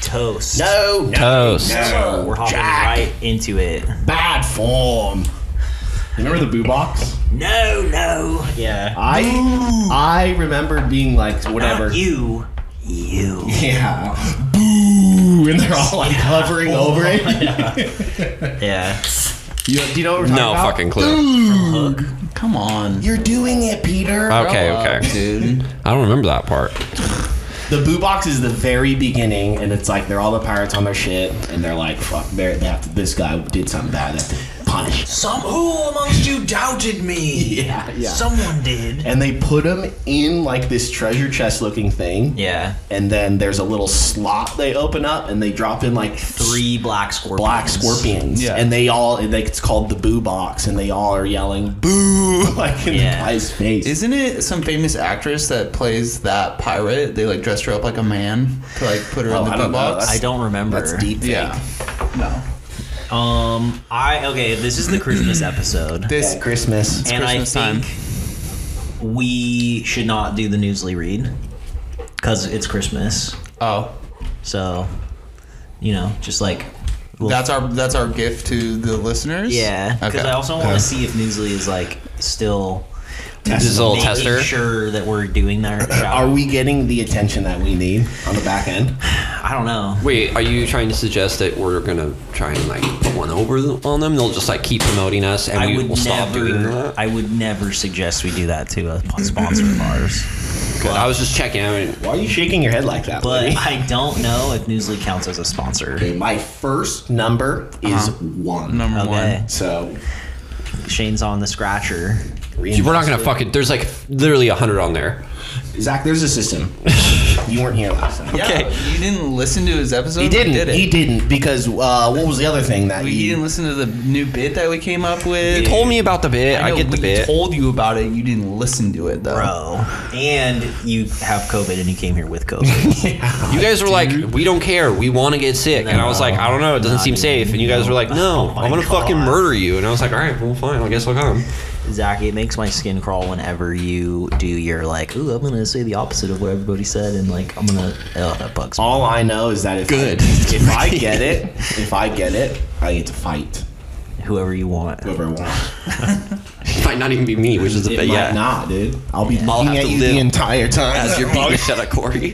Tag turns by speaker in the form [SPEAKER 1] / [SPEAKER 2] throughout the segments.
[SPEAKER 1] toast.
[SPEAKER 2] No, Oh, no,
[SPEAKER 3] Toast.
[SPEAKER 2] No,
[SPEAKER 1] We're hopping
[SPEAKER 2] Jack,
[SPEAKER 1] right into it.
[SPEAKER 2] Bad form. You remember the boo box?
[SPEAKER 1] No, no. Yeah.
[SPEAKER 2] I I remember being like whatever.
[SPEAKER 1] Not you. You.
[SPEAKER 2] Yeah. Boo! And they're all like hovering over it.
[SPEAKER 1] Yeah.
[SPEAKER 2] you, do you know what we're talking
[SPEAKER 3] No
[SPEAKER 2] about?
[SPEAKER 3] fucking clue.
[SPEAKER 4] Come on.
[SPEAKER 2] You're doing it, Peter.
[SPEAKER 3] Okay,
[SPEAKER 4] Grow up,
[SPEAKER 3] okay.
[SPEAKER 4] Dude.
[SPEAKER 3] I don't remember that part.
[SPEAKER 2] The boo box is the very beginning, and it's like they're all the pirates on their shit, and they're like, "Fuck, they're, they have to, this guy did something bad. They have to punish."
[SPEAKER 1] Some who amongst you doubted me.
[SPEAKER 2] Yeah, yeah.
[SPEAKER 1] Someone did.
[SPEAKER 2] And they put him in like this treasure chest looking thing,
[SPEAKER 1] Yeah.
[SPEAKER 2] and then there's a little slot they open up, and they drop in like three
[SPEAKER 1] Three black scorpions.
[SPEAKER 2] black scorpions,
[SPEAKER 4] Yeah.
[SPEAKER 2] and they all and they, it's called the boo box, and they all are yelling boo like in
[SPEAKER 1] Yeah.
[SPEAKER 2] the guy's face.
[SPEAKER 4] Isn't it some famous actress that plays that pirate? They like dressed her up like a man to like put her
[SPEAKER 2] Oh,
[SPEAKER 4] in
[SPEAKER 2] I
[SPEAKER 4] the
[SPEAKER 2] don't know.
[SPEAKER 4] boot box.
[SPEAKER 1] I don't remember.
[SPEAKER 2] That's deep. fake.
[SPEAKER 4] Yeah. No.
[SPEAKER 1] Um. I okay. This is the Christmas episode,
[SPEAKER 4] This
[SPEAKER 2] At Christmas.
[SPEAKER 1] and
[SPEAKER 4] Christmas
[SPEAKER 1] I
[SPEAKER 4] time.
[SPEAKER 1] think we should not do the newsly read because it's Christmas.
[SPEAKER 4] Oh.
[SPEAKER 1] So, you know, just like we'll-
[SPEAKER 4] That's our that's our gift to the listeners.
[SPEAKER 1] yeah. Because
[SPEAKER 4] Okay.
[SPEAKER 1] I also want to see if newsly is like still
[SPEAKER 3] This is a little
[SPEAKER 1] making
[SPEAKER 3] tester.
[SPEAKER 1] sure that we're doing that.
[SPEAKER 2] Are we getting the attention that we need on the back end?
[SPEAKER 1] I don't know.
[SPEAKER 3] Wait, are you trying to suggest that we're gonna try and like put one over th- on them? They'll just like keep promoting us, and
[SPEAKER 1] I
[SPEAKER 3] we
[SPEAKER 1] would
[SPEAKER 3] will stop doing
[SPEAKER 1] never.
[SPEAKER 3] that.
[SPEAKER 1] I would never suggest we do that to a sponsor of ours.
[SPEAKER 3] Good. I was just checking. I mean,
[SPEAKER 2] Why are you shaking your head like that?
[SPEAKER 1] But
[SPEAKER 2] buddy?
[SPEAKER 1] I don't know if Newsly counts as a sponsor.
[SPEAKER 2] okay, my first number is one.
[SPEAKER 4] Uh-huh. Number
[SPEAKER 1] Okay,
[SPEAKER 4] one.
[SPEAKER 2] So
[SPEAKER 1] Shane's on the scratcher.
[SPEAKER 2] reinvent-
[SPEAKER 3] we're not gonna fucking. There's like literally a hundred on there.
[SPEAKER 2] Zach, there's a system. you weren't here last time.
[SPEAKER 4] Yeah, you didn't listen to his episode.
[SPEAKER 2] He
[SPEAKER 4] We
[SPEAKER 2] didn't.
[SPEAKER 4] Did it.
[SPEAKER 2] he didn't because uh, what was the other thing that
[SPEAKER 4] We, he
[SPEAKER 2] you-
[SPEAKER 4] didn't listen to the new bit that we came up with.
[SPEAKER 3] You told me about the bit. I,
[SPEAKER 4] know,
[SPEAKER 3] get the
[SPEAKER 4] we
[SPEAKER 3] bit.
[SPEAKER 4] Told you about it. You didn't listen to it though.
[SPEAKER 1] Bro, and you have COVID, and you came here with COVID.
[SPEAKER 3] you guys were like, we don't care. We want to get sick, and I was like, I don't know. It doesn't seem safe. And you guys were like, no, I'm gonna fucking murder you. And I was like, all right, well, fine. I guess I'll come.
[SPEAKER 1] Zach, it makes my skin crawl whenever you do your like. Ooh, I'm gonna say the opposite of what everybody said, and like I'm gonna. Oh, that bugs me.
[SPEAKER 2] All I know is that if
[SPEAKER 4] Good.
[SPEAKER 2] I, if I get it, if I get it, I get to fight
[SPEAKER 1] Whoever you want.
[SPEAKER 2] whoever I want.
[SPEAKER 3] It might not even be me, which is the
[SPEAKER 2] It
[SPEAKER 3] bit.
[SPEAKER 2] might
[SPEAKER 3] Yeah.
[SPEAKER 2] not, dude. I'll be
[SPEAKER 3] I'll
[SPEAKER 2] looking
[SPEAKER 3] have
[SPEAKER 2] at
[SPEAKER 3] to
[SPEAKER 2] you
[SPEAKER 3] live
[SPEAKER 2] the entire time.
[SPEAKER 3] As you're beating the shit out of Corey.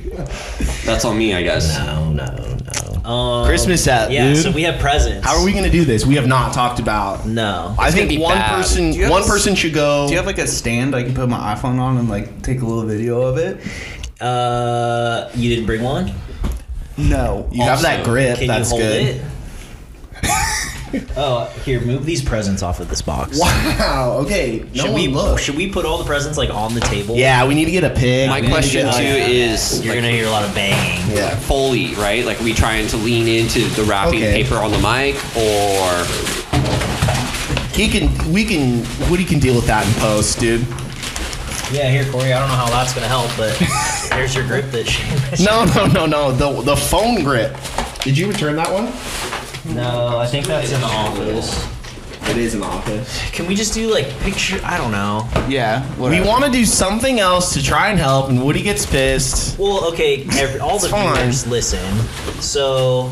[SPEAKER 3] That's on me, I guess.
[SPEAKER 2] no, no, no.
[SPEAKER 1] Um,
[SPEAKER 2] Christmas app,
[SPEAKER 1] Yeah,
[SPEAKER 2] dude.
[SPEAKER 1] so we have presents.
[SPEAKER 2] How are we gonna do this? We have not talked about.
[SPEAKER 1] No.
[SPEAKER 2] I
[SPEAKER 3] gonna
[SPEAKER 2] think
[SPEAKER 3] be
[SPEAKER 2] one
[SPEAKER 3] bad.
[SPEAKER 2] person,
[SPEAKER 4] Do you have
[SPEAKER 2] one
[SPEAKER 4] a s-
[SPEAKER 2] person should go.
[SPEAKER 4] Do you have like a stand I can put my iPhone on and like take a little video of it?
[SPEAKER 1] Uh, you didn't bring one.
[SPEAKER 4] No.
[SPEAKER 2] You have that grip.
[SPEAKER 1] Can
[SPEAKER 2] that's
[SPEAKER 1] you hold
[SPEAKER 2] good.
[SPEAKER 1] it? oh, here, move these presents off of this box.
[SPEAKER 2] Wow. Okay. No
[SPEAKER 1] Should
[SPEAKER 2] one
[SPEAKER 1] we
[SPEAKER 2] look.
[SPEAKER 1] should we put all the presents like on the table?
[SPEAKER 2] Yeah, we need to get a pic.
[SPEAKER 3] My
[SPEAKER 2] We need to
[SPEAKER 3] question
[SPEAKER 2] get,
[SPEAKER 3] too
[SPEAKER 2] like-
[SPEAKER 3] is
[SPEAKER 1] You're
[SPEAKER 3] like,
[SPEAKER 1] gonna hear a lot of banging.
[SPEAKER 2] Yeah.
[SPEAKER 3] Foley, right? Like we trying to lean into the wrapping
[SPEAKER 2] Okay.
[SPEAKER 3] paper on the mic, or
[SPEAKER 2] He can. We can. Woody can deal with that in post, dude.
[SPEAKER 1] Yeah, here, Corey. I don't know how that's gonna help, but here's your grip that she.
[SPEAKER 2] No, no, no, no. The the phone grip. Did you return that one?
[SPEAKER 1] No, I think that's in the office.
[SPEAKER 2] It is an office.
[SPEAKER 1] Can we just do like picture? I don't know.
[SPEAKER 4] Yeah.
[SPEAKER 2] We
[SPEAKER 4] whatever.
[SPEAKER 2] want to do something else to try and help, and Woody gets pissed.
[SPEAKER 1] Well, okay, every, all the
[SPEAKER 2] It's fine.
[SPEAKER 1] viewers listen. So,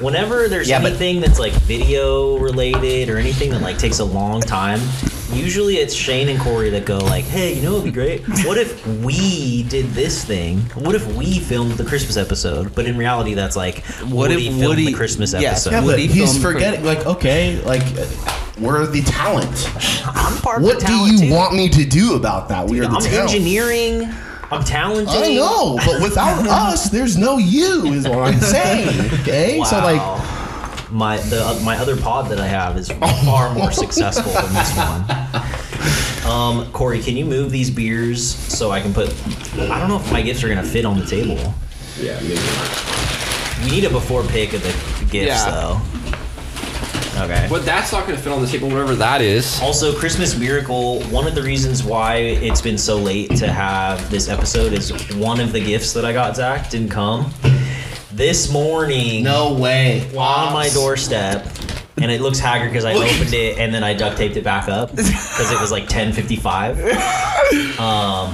[SPEAKER 1] whenever there's
[SPEAKER 2] Yeah, but-
[SPEAKER 1] anything that's like video related or anything that like takes a long time, usually it's Shane and Corey that go like, "Hey, you know what'd be great? What if we did this thing? What if we filmed the Christmas epised?" But in reality, that's like,
[SPEAKER 4] What if
[SPEAKER 1] Woody filmed
[SPEAKER 4] Woody-
[SPEAKER 1] the Christmas
[SPEAKER 4] yeah,
[SPEAKER 1] episode?
[SPEAKER 4] yeah, Woody
[SPEAKER 2] he's
[SPEAKER 4] filmed for-
[SPEAKER 2] forgetting. Like, okay, like uh, we're the talent.
[SPEAKER 1] I'm part
[SPEAKER 2] What
[SPEAKER 1] of the
[SPEAKER 2] do
[SPEAKER 1] talent
[SPEAKER 2] you
[SPEAKER 1] too.
[SPEAKER 2] want me to do about that? We are the
[SPEAKER 1] I'm
[SPEAKER 2] talent.
[SPEAKER 1] engineering. I'm talented.
[SPEAKER 2] I know, but without us, there's no you, is what I'm saying. Okay,
[SPEAKER 1] Wow.
[SPEAKER 2] so like.
[SPEAKER 1] my the uh, my other pod that I have is
[SPEAKER 2] Oh.
[SPEAKER 1] far more successful than this one. Um, Corey, can you move these beers so I can put? I don't know if my gifts are gonna fit on the table.
[SPEAKER 2] Yeah, maybe.
[SPEAKER 1] We need a before pick of the gifts
[SPEAKER 4] Yeah.
[SPEAKER 1] though. Okay.
[SPEAKER 3] but that's not going to fit on the table, whatever that is.
[SPEAKER 1] Also, Christmas Miracle, one of the reasons why it's been so late to have this episode is one of the gifts that I got, Zach, didn't come. This morning.
[SPEAKER 2] No way.
[SPEAKER 1] on my doorstep, and it looks haggard because I opened it and then I duct taped it back up because it was like 10:55. Um,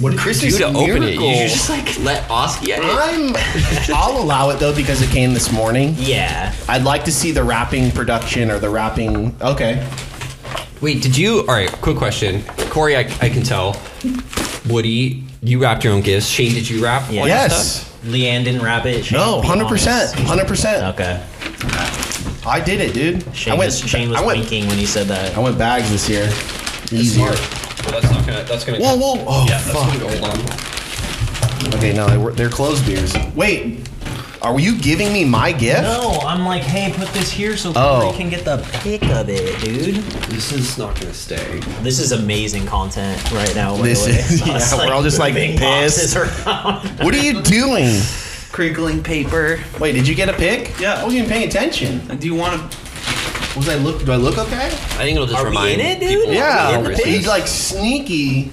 [SPEAKER 2] What did Chris
[SPEAKER 3] do to open it?
[SPEAKER 2] miracle.
[SPEAKER 3] You should just like let Oski at it.
[SPEAKER 2] I'm. I'll allow it though because it came this morning.
[SPEAKER 1] Yeah.
[SPEAKER 2] I'd like to see the rapping production or the rapping. Okay.
[SPEAKER 3] Wait, did you? All right, quick question, Corey. I, I can tell. Woody, you wrapped your own gifts. Shane, did you wrap?
[SPEAKER 1] Yeah.
[SPEAKER 3] all your
[SPEAKER 2] Yes.
[SPEAKER 1] Leanne didn't wrap it. Shane,
[SPEAKER 2] No,
[SPEAKER 1] be
[SPEAKER 2] hundred percent,
[SPEAKER 1] honest.
[SPEAKER 2] hundred percent.
[SPEAKER 1] Okay.
[SPEAKER 2] I did it, dude.
[SPEAKER 1] Shane
[SPEAKER 2] I went.
[SPEAKER 1] was, Shane was
[SPEAKER 2] I went.
[SPEAKER 1] winking when you said
[SPEAKER 2] I
[SPEAKER 1] that.
[SPEAKER 2] went bags this year.
[SPEAKER 3] That's
[SPEAKER 2] Easier.
[SPEAKER 3] smart. Well, that's not gonna. That's gonna.
[SPEAKER 2] Whoa, whoa. Oh,
[SPEAKER 3] Yeah, that's
[SPEAKER 2] fuck.
[SPEAKER 3] gonna go hold on.
[SPEAKER 2] Okay, no, they were, they're closed beers. Wait, are you giving me my gift?
[SPEAKER 1] No, I'm like, hey, put this here so
[SPEAKER 2] Oh.
[SPEAKER 1] Corey can get the pick of it, dude.
[SPEAKER 3] This is not gonna stay.
[SPEAKER 1] This is amazing content right now. by the
[SPEAKER 2] This
[SPEAKER 1] way.
[SPEAKER 2] is- yeah,
[SPEAKER 1] Us,
[SPEAKER 2] we're all just, like,
[SPEAKER 1] moving boxes around.
[SPEAKER 2] What are you doing?
[SPEAKER 4] Crinkling paper.
[SPEAKER 2] Wait, did you get a pick?
[SPEAKER 4] Yeah.
[SPEAKER 2] I wasn't even paying attention.
[SPEAKER 4] Do you want to?
[SPEAKER 2] Was I look? Do I look okay?
[SPEAKER 3] I think it'll just
[SPEAKER 1] Are we
[SPEAKER 3] remind
[SPEAKER 1] in it, dude?
[SPEAKER 3] people. of
[SPEAKER 1] Yeah,
[SPEAKER 2] Yeah.
[SPEAKER 1] in the
[SPEAKER 3] Christmas.
[SPEAKER 2] He's like sneaky.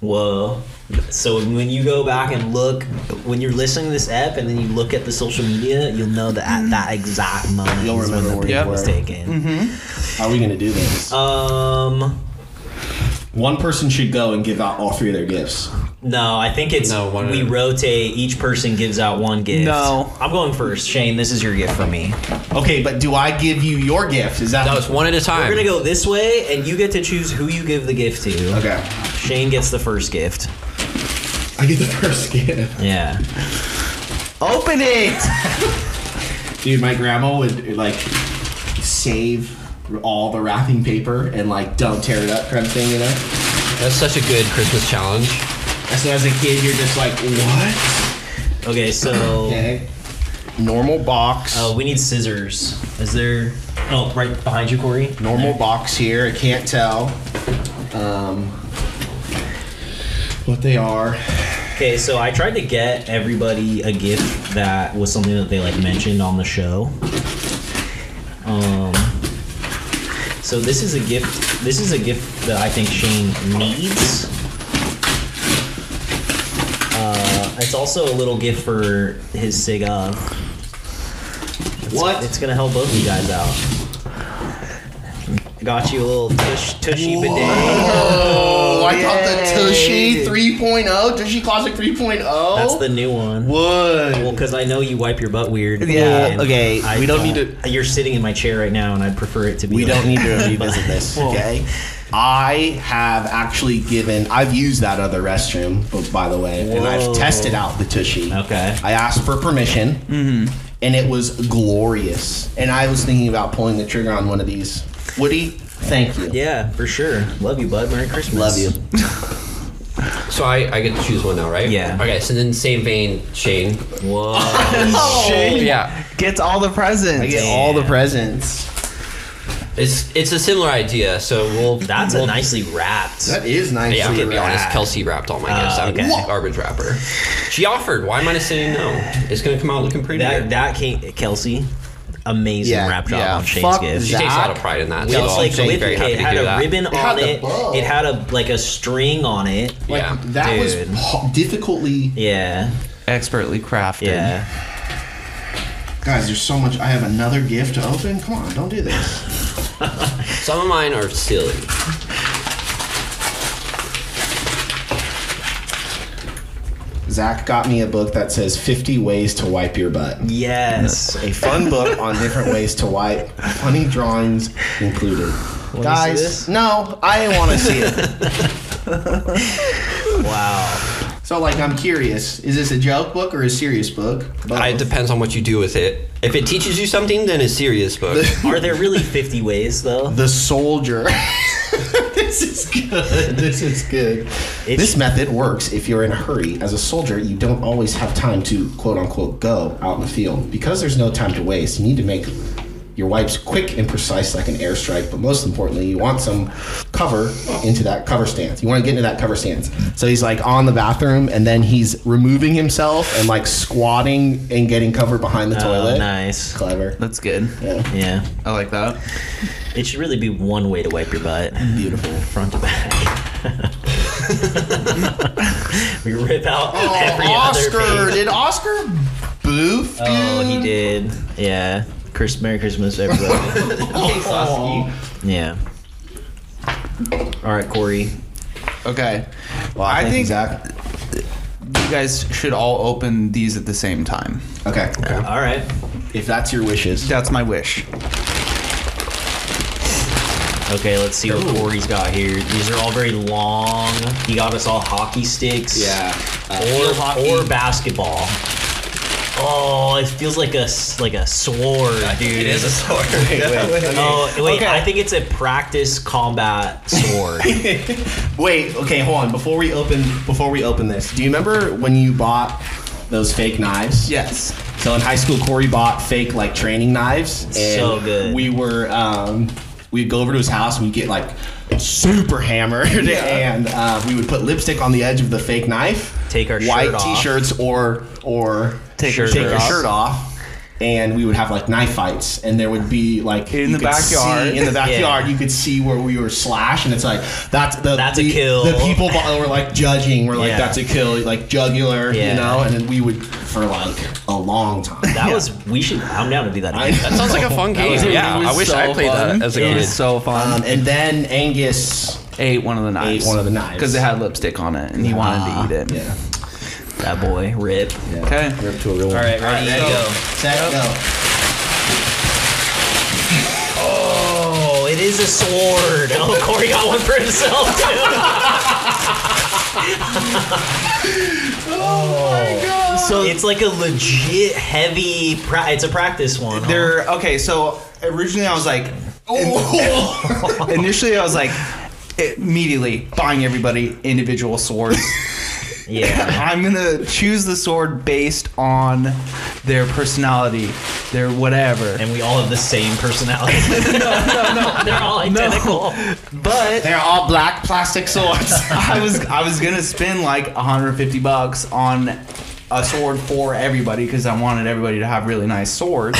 [SPEAKER 1] Whoa. So when you go back and look, when you're listening to this app and then you look at the social media, you'll know that at that exact moment
[SPEAKER 2] You'll
[SPEAKER 1] is
[SPEAKER 2] remember
[SPEAKER 1] when the pick
[SPEAKER 2] where you
[SPEAKER 1] was
[SPEAKER 2] were. Mm-hmm.
[SPEAKER 1] taken.
[SPEAKER 2] How are we gonna do this?
[SPEAKER 1] Um,
[SPEAKER 2] One person should go and give out all three of their gifts.
[SPEAKER 1] no, I think it's
[SPEAKER 3] No, one-
[SPEAKER 1] we rotate. Each person gives out one gift.
[SPEAKER 4] No.
[SPEAKER 1] I'm going first. Shane, this is your gift for me.
[SPEAKER 2] Okay, but do I give you your gift? Is that
[SPEAKER 3] No, it's one at a time.
[SPEAKER 1] We're gonna go this way, and you get to choose who you give the gift to.
[SPEAKER 2] okay?
[SPEAKER 1] Shane gets the first gift.
[SPEAKER 2] I get the first gift.
[SPEAKER 1] Yeah.
[SPEAKER 4] Open it.
[SPEAKER 2] Dude, my grandma would like save all the wrapping paper and like don't tear it up kind of thing, you know.
[SPEAKER 3] That's such a good Christmas challenge.
[SPEAKER 2] So as a kid, you're just like, what?
[SPEAKER 1] Okay, so
[SPEAKER 2] Okay. Normal box.
[SPEAKER 1] uh, we need scissors. Is there? Oh, right behind you, Corey.
[SPEAKER 2] Normal box here. I can't tell um, what they are.
[SPEAKER 1] Okay, so I tried to get everybody a gift that was something that they like mentioned on the show. Um, so this is a gift. This is a gift that I think Shane needs. Uh, it's also a little gift for his sig of. It's-
[SPEAKER 2] What?
[SPEAKER 1] It's gonna help both of you guys out. Got you a little tush, tushy bidet.
[SPEAKER 2] Oh, I
[SPEAKER 4] yay.
[SPEAKER 2] got the Tushy 3.0, Tushy Closet 3.0.
[SPEAKER 1] That's the new one. Well,
[SPEAKER 2] wood.
[SPEAKER 1] because I know you wipe your butt weird.
[SPEAKER 4] Yeah,
[SPEAKER 1] and
[SPEAKER 2] okay,
[SPEAKER 1] I
[SPEAKER 2] we don't need
[SPEAKER 1] to. You're sitting in my chair right now, and I'd prefer it to be.
[SPEAKER 2] We
[SPEAKER 1] like-
[SPEAKER 2] don't need to revisit this, okay? I have actually given, I've used that other restroom, but by the way, and
[SPEAKER 1] Whoa.
[SPEAKER 2] I've tested out the Tushy.
[SPEAKER 1] Okay. Mm-hmm.
[SPEAKER 2] I asked for permission, and it was glorious. And I was thinking about pulling the trigger on one of these. Woody, thank you.
[SPEAKER 1] Yeah, for sure. Love you, bud. Merry Christmas.
[SPEAKER 2] Love you.
[SPEAKER 3] So I, I get to choose one now, right?
[SPEAKER 1] Yeah.
[SPEAKER 3] Okay, so then same vein, Shane.
[SPEAKER 1] Whoa.
[SPEAKER 3] Yeah.
[SPEAKER 4] Gets all the presents.
[SPEAKER 2] I get all the presents.
[SPEAKER 3] It's it's a similar idea, so we'll
[SPEAKER 1] That's
[SPEAKER 3] we'll,
[SPEAKER 1] a nicely wrapped.
[SPEAKER 2] That is nice.
[SPEAKER 3] Yeah, I'm gonna be honest.
[SPEAKER 1] wrap.
[SPEAKER 3] Kelsey wrapped all my gifts. I'm
[SPEAKER 1] okay.
[SPEAKER 3] a garbage wrapper. She offered. Why am I saying no? It's gonna come out looking pretty.
[SPEAKER 1] That that came Kelsey. Amazing
[SPEAKER 2] Yeah,
[SPEAKER 1] wrap job
[SPEAKER 4] yeah.
[SPEAKER 1] on Shane's
[SPEAKER 4] Fuck
[SPEAKER 1] gift.
[SPEAKER 3] she takes a lot of
[SPEAKER 4] that-
[SPEAKER 3] pride in that.
[SPEAKER 1] It
[SPEAKER 3] So
[SPEAKER 1] was like
[SPEAKER 3] I'm
[SPEAKER 1] whipped-
[SPEAKER 3] very
[SPEAKER 1] okay,
[SPEAKER 3] happy
[SPEAKER 1] it
[SPEAKER 3] to
[SPEAKER 1] had
[SPEAKER 3] do
[SPEAKER 1] a
[SPEAKER 3] that.
[SPEAKER 1] ribbon on
[SPEAKER 2] had the
[SPEAKER 1] it.
[SPEAKER 2] bow.
[SPEAKER 1] It had a like a string on it.
[SPEAKER 2] Like,
[SPEAKER 3] Yeah.
[SPEAKER 2] that
[SPEAKER 1] Dude.
[SPEAKER 2] was ho- difficultly.
[SPEAKER 1] Yeah,
[SPEAKER 4] Expertly crafted.
[SPEAKER 1] yeah.
[SPEAKER 2] Guys, there's so much. I have another gift to open. Come on, don't do this.
[SPEAKER 3] Some of mine are silly.
[SPEAKER 2] Zach got me a book that says 50 Ways to Wipe Your Butt.
[SPEAKER 1] Yes.
[SPEAKER 2] A fun book on different ways to wipe, funny drawings
[SPEAKER 1] Wanna
[SPEAKER 2] included.
[SPEAKER 1] see this?
[SPEAKER 2] Guys, no, I want to see it.
[SPEAKER 1] wow.
[SPEAKER 2] So, like, I'm curious: is this a joke book or a serious book? Both.
[SPEAKER 3] I, it depends on what you do with it. If it teaches you something, then it's serious book.
[SPEAKER 1] Are there really 50 ways though?
[SPEAKER 2] the soldier. this is good. This is good.
[SPEAKER 1] It's-
[SPEAKER 2] this method works if you're in a hurry. As a soldier, you don't always have time to quote unquote go out in the field. Because there's no time to waste, you need to make your wipes quick and precise like an airstrike, but most importantly, you want some cover into that cover stance. You want to get into that cover stance. So he's like on the bathroom and then he's removing himself and like squatting and getting covered behind the
[SPEAKER 1] Oh,
[SPEAKER 2] toilet.
[SPEAKER 1] nice.
[SPEAKER 2] Clever.
[SPEAKER 4] That's good.
[SPEAKER 2] Yeah.
[SPEAKER 1] Yeah.
[SPEAKER 4] I like that.
[SPEAKER 1] It should really be one way to wipe your butt.
[SPEAKER 2] Beautiful.
[SPEAKER 1] Front to back. we rip out every
[SPEAKER 2] Oh, Oscar,
[SPEAKER 1] other page.
[SPEAKER 2] did Oscar boof?
[SPEAKER 1] Oh, he
[SPEAKER 2] dude?
[SPEAKER 1] did. Yeah. Chris, Merry Christmas, everybody.
[SPEAKER 3] Oh.
[SPEAKER 1] yeah. All right, Corey.
[SPEAKER 4] Okay.
[SPEAKER 2] Well,
[SPEAKER 4] I
[SPEAKER 2] thank you,
[SPEAKER 4] think
[SPEAKER 2] Zach.
[SPEAKER 4] you guys should all open these at the same time.
[SPEAKER 2] Okay.
[SPEAKER 1] All right.
[SPEAKER 2] If that's your wishes.
[SPEAKER 4] That's my wish.
[SPEAKER 1] Okay, let's see what Corey's got here. These are all very long. He got us all hockey sticks. Or, or basketball. Oh, it feels like a s- like a sword, dude.
[SPEAKER 3] It is a sword.
[SPEAKER 2] Uh,
[SPEAKER 1] Oh wait,
[SPEAKER 2] Okay.
[SPEAKER 1] I think it's a practice combat sword.
[SPEAKER 2] Wait, okay, hold on. Before we open before we open this, do you remember when you bought those fake knives?
[SPEAKER 4] Yes.
[SPEAKER 2] So in high school, Corey bought fake like training knives. And
[SPEAKER 1] So good.
[SPEAKER 2] We were um, we'd go over to his house and we'd get like super hammered, and uh, we would put lipstick on the edge of the fake knife.
[SPEAKER 1] Take our
[SPEAKER 2] white
[SPEAKER 1] shirt off.
[SPEAKER 2] t-shirts or or
[SPEAKER 1] Take our
[SPEAKER 2] take
[SPEAKER 1] shirt
[SPEAKER 2] your
[SPEAKER 1] off.
[SPEAKER 2] shirt off. And we would have like knife fights, and there would be like
[SPEAKER 4] In
[SPEAKER 2] you
[SPEAKER 4] the
[SPEAKER 2] could see-
[SPEAKER 4] backyard.
[SPEAKER 2] in the backyard,
[SPEAKER 1] Yeah.
[SPEAKER 2] you could see where we were slashed, and it's like that's the
[SPEAKER 1] That's a
[SPEAKER 2] the-
[SPEAKER 1] kill.
[SPEAKER 2] The people behind were like judging, we're like
[SPEAKER 1] Yeah.
[SPEAKER 2] that's a kill, like jugular,
[SPEAKER 1] Yeah.
[SPEAKER 2] you know, and then we would for like a long time. Um,
[SPEAKER 1] That was we should. I'm down to do that.
[SPEAKER 2] I-
[SPEAKER 1] Again.
[SPEAKER 3] That sounds like a fun game.
[SPEAKER 4] was-
[SPEAKER 3] yeah,
[SPEAKER 4] it was
[SPEAKER 3] I wish
[SPEAKER 4] so
[SPEAKER 3] I played
[SPEAKER 4] fun.
[SPEAKER 3] that as a
[SPEAKER 1] It
[SPEAKER 3] kid.
[SPEAKER 1] was
[SPEAKER 4] So fun.
[SPEAKER 2] Um, and then Angus.
[SPEAKER 4] ate one of the knives.
[SPEAKER 2] one of the knives. Ah,
[SPEAKER 4] Because it had lipstick on it and he wanted to eat it.
[SPEAKER 2] Yeah.
[SPEAKER 1] That boy, rip.
[SPEAKER 4] Okay.
[SPEAKER 2] Rip to a real one.
[SPEAKER 1] All right, ready
[SPEAKER 2] Set,
[SPEAKER 1] to go.
[SPEAKER 2] Set, go.
[SPEAKER 1] Oh, it is a sword. Oh, Corey got one for himself too.
[SPEAKER 4] Oh So
[SPEAKER 1] Oh. it's like a legit heavy. Pra- it's a practice one. huh?
[SPEAKER 4] They're okay. So originally I was like, in- initially I was like, immediately buying everybody individual swords.
[SPEAKER 1] yeah.
[SPEAKER 4] I'm gonna choose the sword based on their personality, their whatever.
[SPEAKER 1] And we all have the same personality. no, no, no. They're all identical.
[SPEAKER 4] But
[SPEAKER 2] They're all black plastic swords.
[SPEAKER 4] I was I was gonna spend like 150 bucks on a sword for everybody because I wanted everybody to have really nice swords.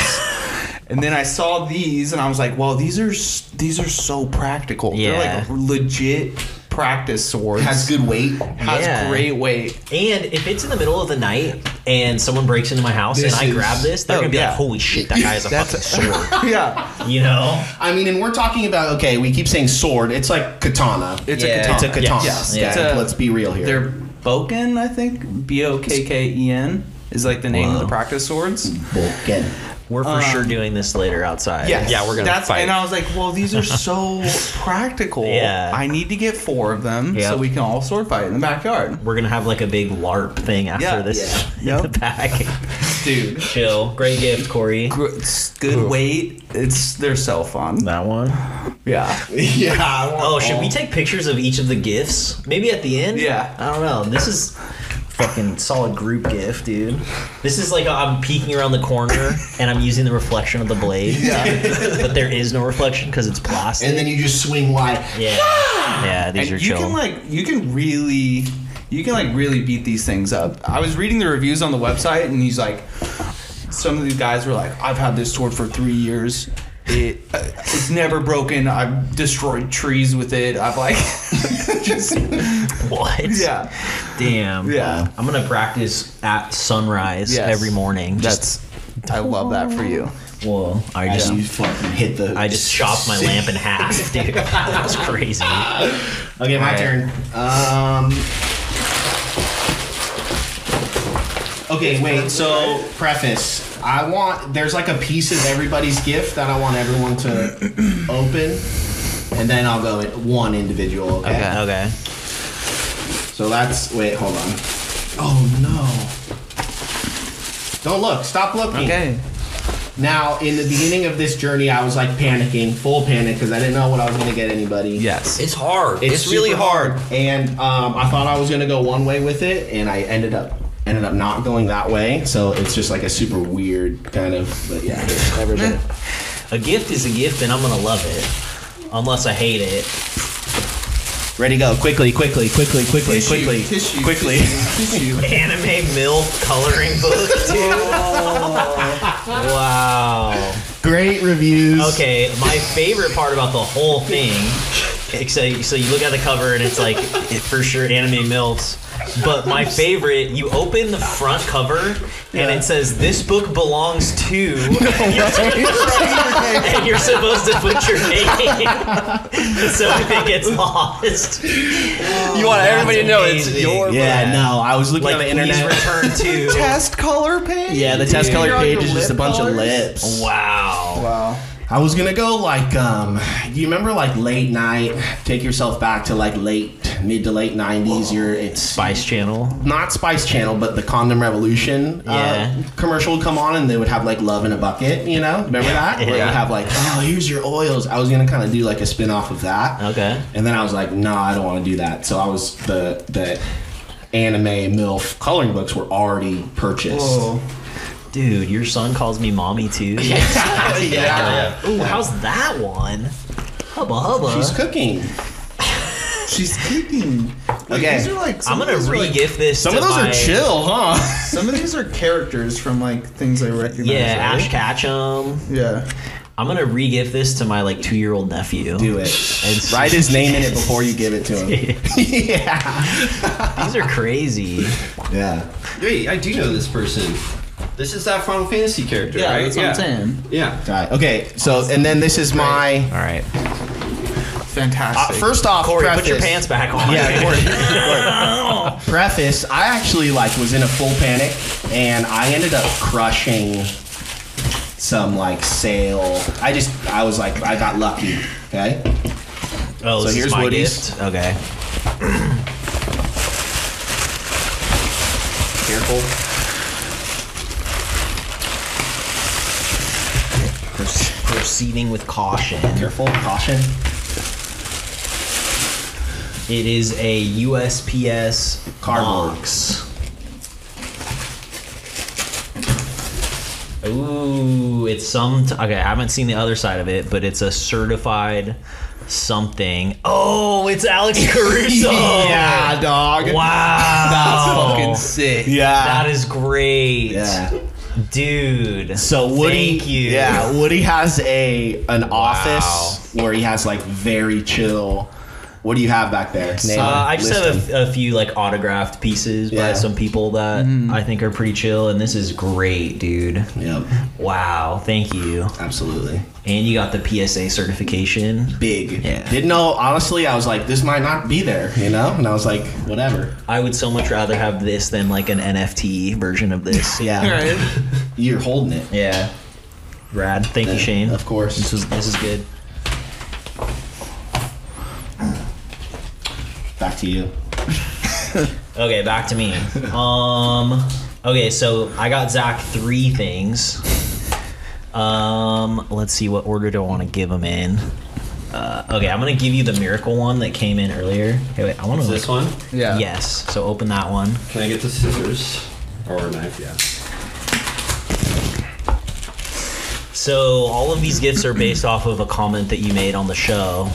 [SPEAKER 4] And then I saw these, and I was like, "Well, these are s- these are so practical.
[SPEAKER 1] Yeah.
[SPEAKER 4] They're like legit practice swords.
[SPEAKER 2] Has good weight.
[SPEAKER 4] Has
[SPEAKER 1] Yeah.
[SPEAKER 4] great weight.
[SPEAKER 1] And if it's in the middle of the night and someone breaks into my house
[SPEAKER 2] This
[SPEAKER 1] and I
[SPEAKER 2] is-
[SPEAKER 1] grab this, they're
[SPEAKER 4] Oh,
[SPEAKER 1] gonna be
[SPEAKER 4] yeah.
[SPEAKER 1] like, "Holy shit, that guy has a fucking sword."
[SPEAKER 4] yeah,
[SPEAKER 1] You know?
[SPEAKER 2] I mean, and we're talking about okay. We keep saying sword. It's like katana.
[SPEAKER 4] It's a
[SPEAKER 1] Yeah.
[SPEAKER 4] katana.
[SPEAKER 2] It's a katana.
[SPEAKER 1] Yes.
[SPEAKER 2] Okay,
[SPEAKER 1] It's
[SPEAKER 4] a-
[SPEAKER 2] Let's be real here.
[SPEAKER 4] They're Boken, I think. B o k k e n is like the name of the
[SPEAKER 1] Wow.
[SPEAKER 4] practice swords.
[SPEAKER 2] Vulcan.
[SPEAKER 1] We're for sure doing this later outside.
[SPEAKER 4] Yes.
[SPEAKER 3] Yeah, we're gonna
[SPEAKER 4] That's,
[SPEAKER 3] fight.
[SPEAKER 4] And I was like, well, these are so practical.
[SPEAKER 1] Yeah.
[SPEAKER 4] I need to get four of them
[SPEAKER 1] Yeah.
[SPEAKER 4] so we can all sword fight in the backyard.
[SPEAKER 1] We're gonna have like a big LARP thing after
[SPEAKER 4] Yeah.
[SPEAKER 1] this
[SPEAKER 4] Yeah.
[SPEAKER 1] in the back.
[SPEAKER 4] Dude,
[SPEAKER 1] Chill. Great gift, Corey.
[SPEAKER 4] gr- it's good weight. It's they're so fun.
[SPEAKER 1] That one.
[SPEAKER 4] Yeah.
[SPEAKER 2] Yeah.
[SPEAKER 1] Oh, should we take pictures of each of the gifts? Maybe at the end.
[SPEAKER 4] Yeah.
[SPEAKER 1] I don't know. This is fucking solid group gift, dude. This is like I'm peeking around the corner and I'm using the reflection of the blade. Yeah. but there is no reflection because it's plastic.
[SPEAKER 2] And then you just swing wide.
[SPEAKER 1] yeah. Yeah. These
[SPEAKER 4] And
[SPEAKER 1] are
[SPEAKER 4] you
[SPEAKER 1] chill.
[SPEAKER 4] can like you can really you can like really beat these things up. I was reading the reviews on the website and he's like some of these guys were like I've had this sword for 3 years. It uh, it's never broken. I've destroyed trees with it. I've like just
[SPEAKER 1] what?
[SPEAKER 4] yeah.
[SPEAKER 1] Damn.
[SPEAKER 4] Yeah.
[SPEAKER 1] I'm gonna practice at sunrise
[SPEAKER 4] Yes.
[SPEAKER 1] every morning. Just
[SPEAKER 4] That's I love that for you.
[SPEAKER 1] Whoa. I
[SPEAKER 2] As
[SPEAKER 1] just
[SPEAKER 2] you fucking hit the.
[SPEAKER 1] I just chopped my lamp in half, dude. That's crazy.
[SPEAKER 2] Okay, my
[SPEAKER 1] Alright.
[SPEAKER 2] turn. Um. Okay, wait. So preface. I want there's like a piece of everybody's gift that I want everyone to open, and then I'll go at one individual. Okay.
[SPEAKER 4] Okay.
[SPEAKER 1] Okay.
[SPEAKER 2] So that's wait. Hold on. Oh no. Don't look. Stop looking.
[SPEAKER 4] Okay.
[SPEAKER 2] Now, in the beginning of this journey, I was like panicking, full panic, because I didn't know what I was going to get anybody.
[SPEAKER 4] Yes.
[SPEAKER 3] It's hard. It's,
[SPEAKER 2] super
[SPEAKER 3] really hard.
[SPEAKER 2] And um, I thought I was gonna go one way with it, and I ended up ended up not going that way. So it's just like a super weird kind of. But yeah, everybody.
[SPEAKER 1] A gift is a gift, and I'm gonna love it, unless I hate it.
[SPEAKER 2] Ready, go quickly, quickly, quickly, quickly, quickly,
[SPEAKER 4] tissue,
[SPEAKER 2] quickly.
[SPEAKER 4] tissue.
[SPEAKER 1] Anime milk coloring book, dude. wow.
[SPEAKER 2] Great reviews.
[SPEAKER 1] Okay, my favorite part about the whole thing so, so you look at the cover and it's like it for sure anime melts. But my favorite, you open the front cover and it says this book belongs to, and you're supposed to put your name, so if it gets lost,
[SPEAKER 3] You want everybody to know it's
[SPEAKER 1] amazing.
[SPEAKER 3] your.
[SPEAKER 2] Yeah, no, I was looking
[SPEAKER 1] like
[SPEAKER 2] on the
[SPEAKER 1] please
[SPEAKER 2] internet.
[SPEAKER 1] return to.
[SPEAKER 4] Test color page.
[SPEAKER 2] yeah, the test
[SPEAKER 3] Dude.
[SPEAKER 2] color
[SPEAKER 4] You're on
[SPEAKER 2] page
[SPEAKER 4] your
[SPEAKER 2] is just a
[SPEAKER 4] lip
[SPEAKER 2] bunch of
[SPEAKER 4] colors?
[SPEAKER 2] lips.
[SPEAKER 1] Wow.
[SPEAKER 4] Wow.
[SPEAKER 2] I was gonna go like, um, you remember like late night? Take yourself back to like late, mid to late '90s. You're it's
[SPEAKER 1] Spice Channel.
[SPEAKER 2] not Spice Channel, but the Condom Revolution
[SPEAKER 1] Yeah.
[SPEAKER 2] uh, commercial would come on, and they would have like love in a bucket. You know, remember that? Where
[SPEAKER 1] Yeah.
[SPEAKER 2] you have like, oh, here's your oils. I was gonna kind of do like a spin off of that.
[SPEAKER 1] Okay.
[SPEAKER 2] And then I was like, no, I don't want to do that. So I was the the anime milf coloring books were already purchased.
[SPEAKER 4] Whoa.
[SPEAKER 1] Dude, your son calls me mommy too.
[SPEAKER 2] yeah.
[SPEAKER 1] Ooh, how's that one? Hubba hubba.
[SPEAKER 2] She's cooking.
[SPEAKER 4] She's kicking.
[SPEAKER 2] Okay.
[SPEAKER 4] These are like, some
[SPEAKER 1] I'm gonna
[SPEAKER 4] of these are, like-
[SPEAKER 1] re-gift this.
[SPEAKER 2] Some
[SPEAKER 1] to
[SPEAKER 2] of those
[SPEAKER 1] my,
[SPEAKER 2] are chill, huh?
[SPEAKER 4] some of these are characters from like things I recognize.
[SPEAKER 1] Yeah,
[SPEAKER 4] right?
[SPEAKER 1] Ash Ketchum.
[SPEAKER 4] Yeah.
[SPEAKER 1] I'm gonna re-gift this to my like two-year-old nephew.
[SPEAKER 2] Do it.
[SPEAKER 1] And
[SPEAKER 2] Write his name in it before you give it to him. yeah.
[SPEAKER 1] These are crazy.
[SPEAKER 2] Yeah.
[SPEAKER 3] Wait, I do know this person. This is that Final Fantasy character,
[SPEAKER 4] Yeah,
[SPEAKER 3] right?
[SPEAKER 4] that's what I'm saying.
[SPEAKER 3] Yeah.
[SPEAKER 2] Right. Okay. So, and then this is my
[SPEAKER 1] All right,
[SPEAKER 2] uh,
[SPEAKER 4] Fantastic.
[SPEAKER 1] Uh,
[SPEAKER 2] first off.
[SPEAKER 1] Corey, put your
[SPEAKER 2] preface.
[SPEAKER 1] pants back on.
[SPEAKER 2] Yeah, Corey. Corey. preface. I actually like was in a full panic, and I ended up crushing some like sale. I just I was like I got lucky. Okay.
[SPEAKER 1] Oh, this is
[SPEAKER 2] here's
[SPEAKER 1] my
[SPEAKER 2] Woody's.
[SPEAKER 1] gift. Okay.
[SPEAKER 3] Careful.
[SPEAKER 1] Proceeding with caution.
[SPEAKER 2] Careful. Caution.
[SPEAKER 1] It is a USPS
[SPEAKER 2] Cardboard.
[SPEAKER 1] box. Ooh, it's some. T- okay, I haven't seen the other side of it, but it's a certified something. Oh, it's Alex Caruso.
[SPEAKER 2] yeah, dog.
[SPEAKER 1] Wow.
[SPEAKER 4] fucking sick.
[SPEAKER 2] Yeah.
[SPEAKER 1] That is great.
[SPEAKER 2] yeah.
[SPEAKER 1] Dude.
[SPEAKER 2] So Woody,
[SPEAKER 1] Thank you. Uh,
[SPEAKER 2] yeah, Woody has a an office where he has like very chill. What do you have back there? Name
[SPEAKER 1] Uh, I
[SPEAKER 2] them,
[SPEAKER 1] just have
[SPEAKER 2] list
[SPEAKER 1] a,
[SPEAKER 2] them.
[SPEAKER 1] f- a few like autographed pieces by
[SPEAKER 2] Yeah.
[SPEAKER 1] some people that I think are pretty chill, and this is great, dude.
[SPEAKER 2] Yep,
[SPEAKER 1] Wow, thank you.
[SPEAKER 2] absolutely.
[SPEAKER 1] And you got the PSA certification.
[SPEAKER 2] big.
[SPEAKER 1] Yeah.
[SPEAKER 2] Didn't know, honestly, I was like, this might not be there, you know? And I was like, whatever.
[SPEAKER 1] I would so much rather have this than like an NFT version of this.
[SPEAKER 4] All
[SPEAKER 2] Yeah.
[SPEAKER 4] right.
[SPEAKER 2] You're holding it.
[SPEAKER 1] Yeah. Rad. Thank you, Shane.
[SPEAKER 2] Of
[SPEAKER 1] This
[SPEAKER 2] course.
[SPEAKER 1] is this is good.
[SPEAKER 2] Back to you.
[SPEAKER 1] Okay, back to me. Um okay, so I got Zach three things. Um let's see what order do I want to give them in. Uh, okay, I'm gonna give you the miracle one that came in earlier. Hey, wait, I want to
[SPEAKER 3] Is this one?
[SPEAKER 4] Yeah.
[SPEAKER 1] Yes. So open that one.
[SPEAKER 3] Can I get the scissors or a knife? Yeah.
[SPEAKER 1] So all of these gifts are based off of a comment that you made on the show.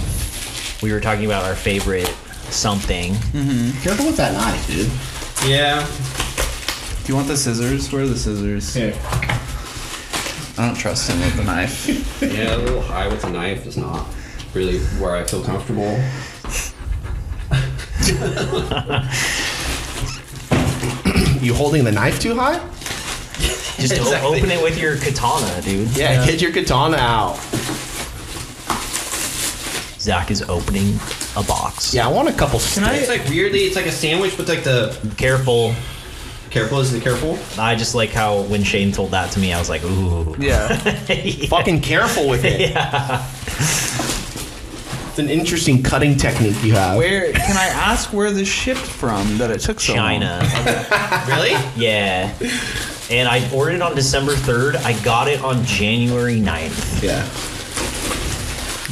[SPEAKER 1] We were talking about our favorite something.
[SPEAKER 2] Careful with that knife, dude.
[SPEAKER 3] Yeah.
[SPEAKER 4] Do you want the scissors? Where are the scissors? I don't trust him with the knife.
[SPEAKER 3] Yeah, a little high with a knife is not really where I feel comfortable.
[SPEAKER 2] You holding the knife too high?
[SPEAKER 1] Just o- open it with your katana, dude.
[SPEAKER 2] Yeah, get your katana out.
[SPEAKER 1] Zach is opening a box.
[SPEAKER 2] Yeah, I want a couple
[SPEAKER 3] Can I? It's like weirdly, it's like a sandwich, but like the
[SPEAKER 1] Careful.
[SPEAKER 3] careful is the careful.
[SPEAKER 1] I just like how when Shane told that to me, I was like, ooh.
[SPEAKER 4] Yeah.
[SPEAKER 2] Fucking careful with it. yeah. It's an interesting cutting technique you have.
[SPEAKER 4] Where can I ask where this shipped from that it took so long?
[SPEAKER 1] China.
[SPEAKER 3] Really?
[SPEAKER 1] yeah. And I ordered it on December 3rd. I got it on January 9th.
[SPEAKER 2] Yeah.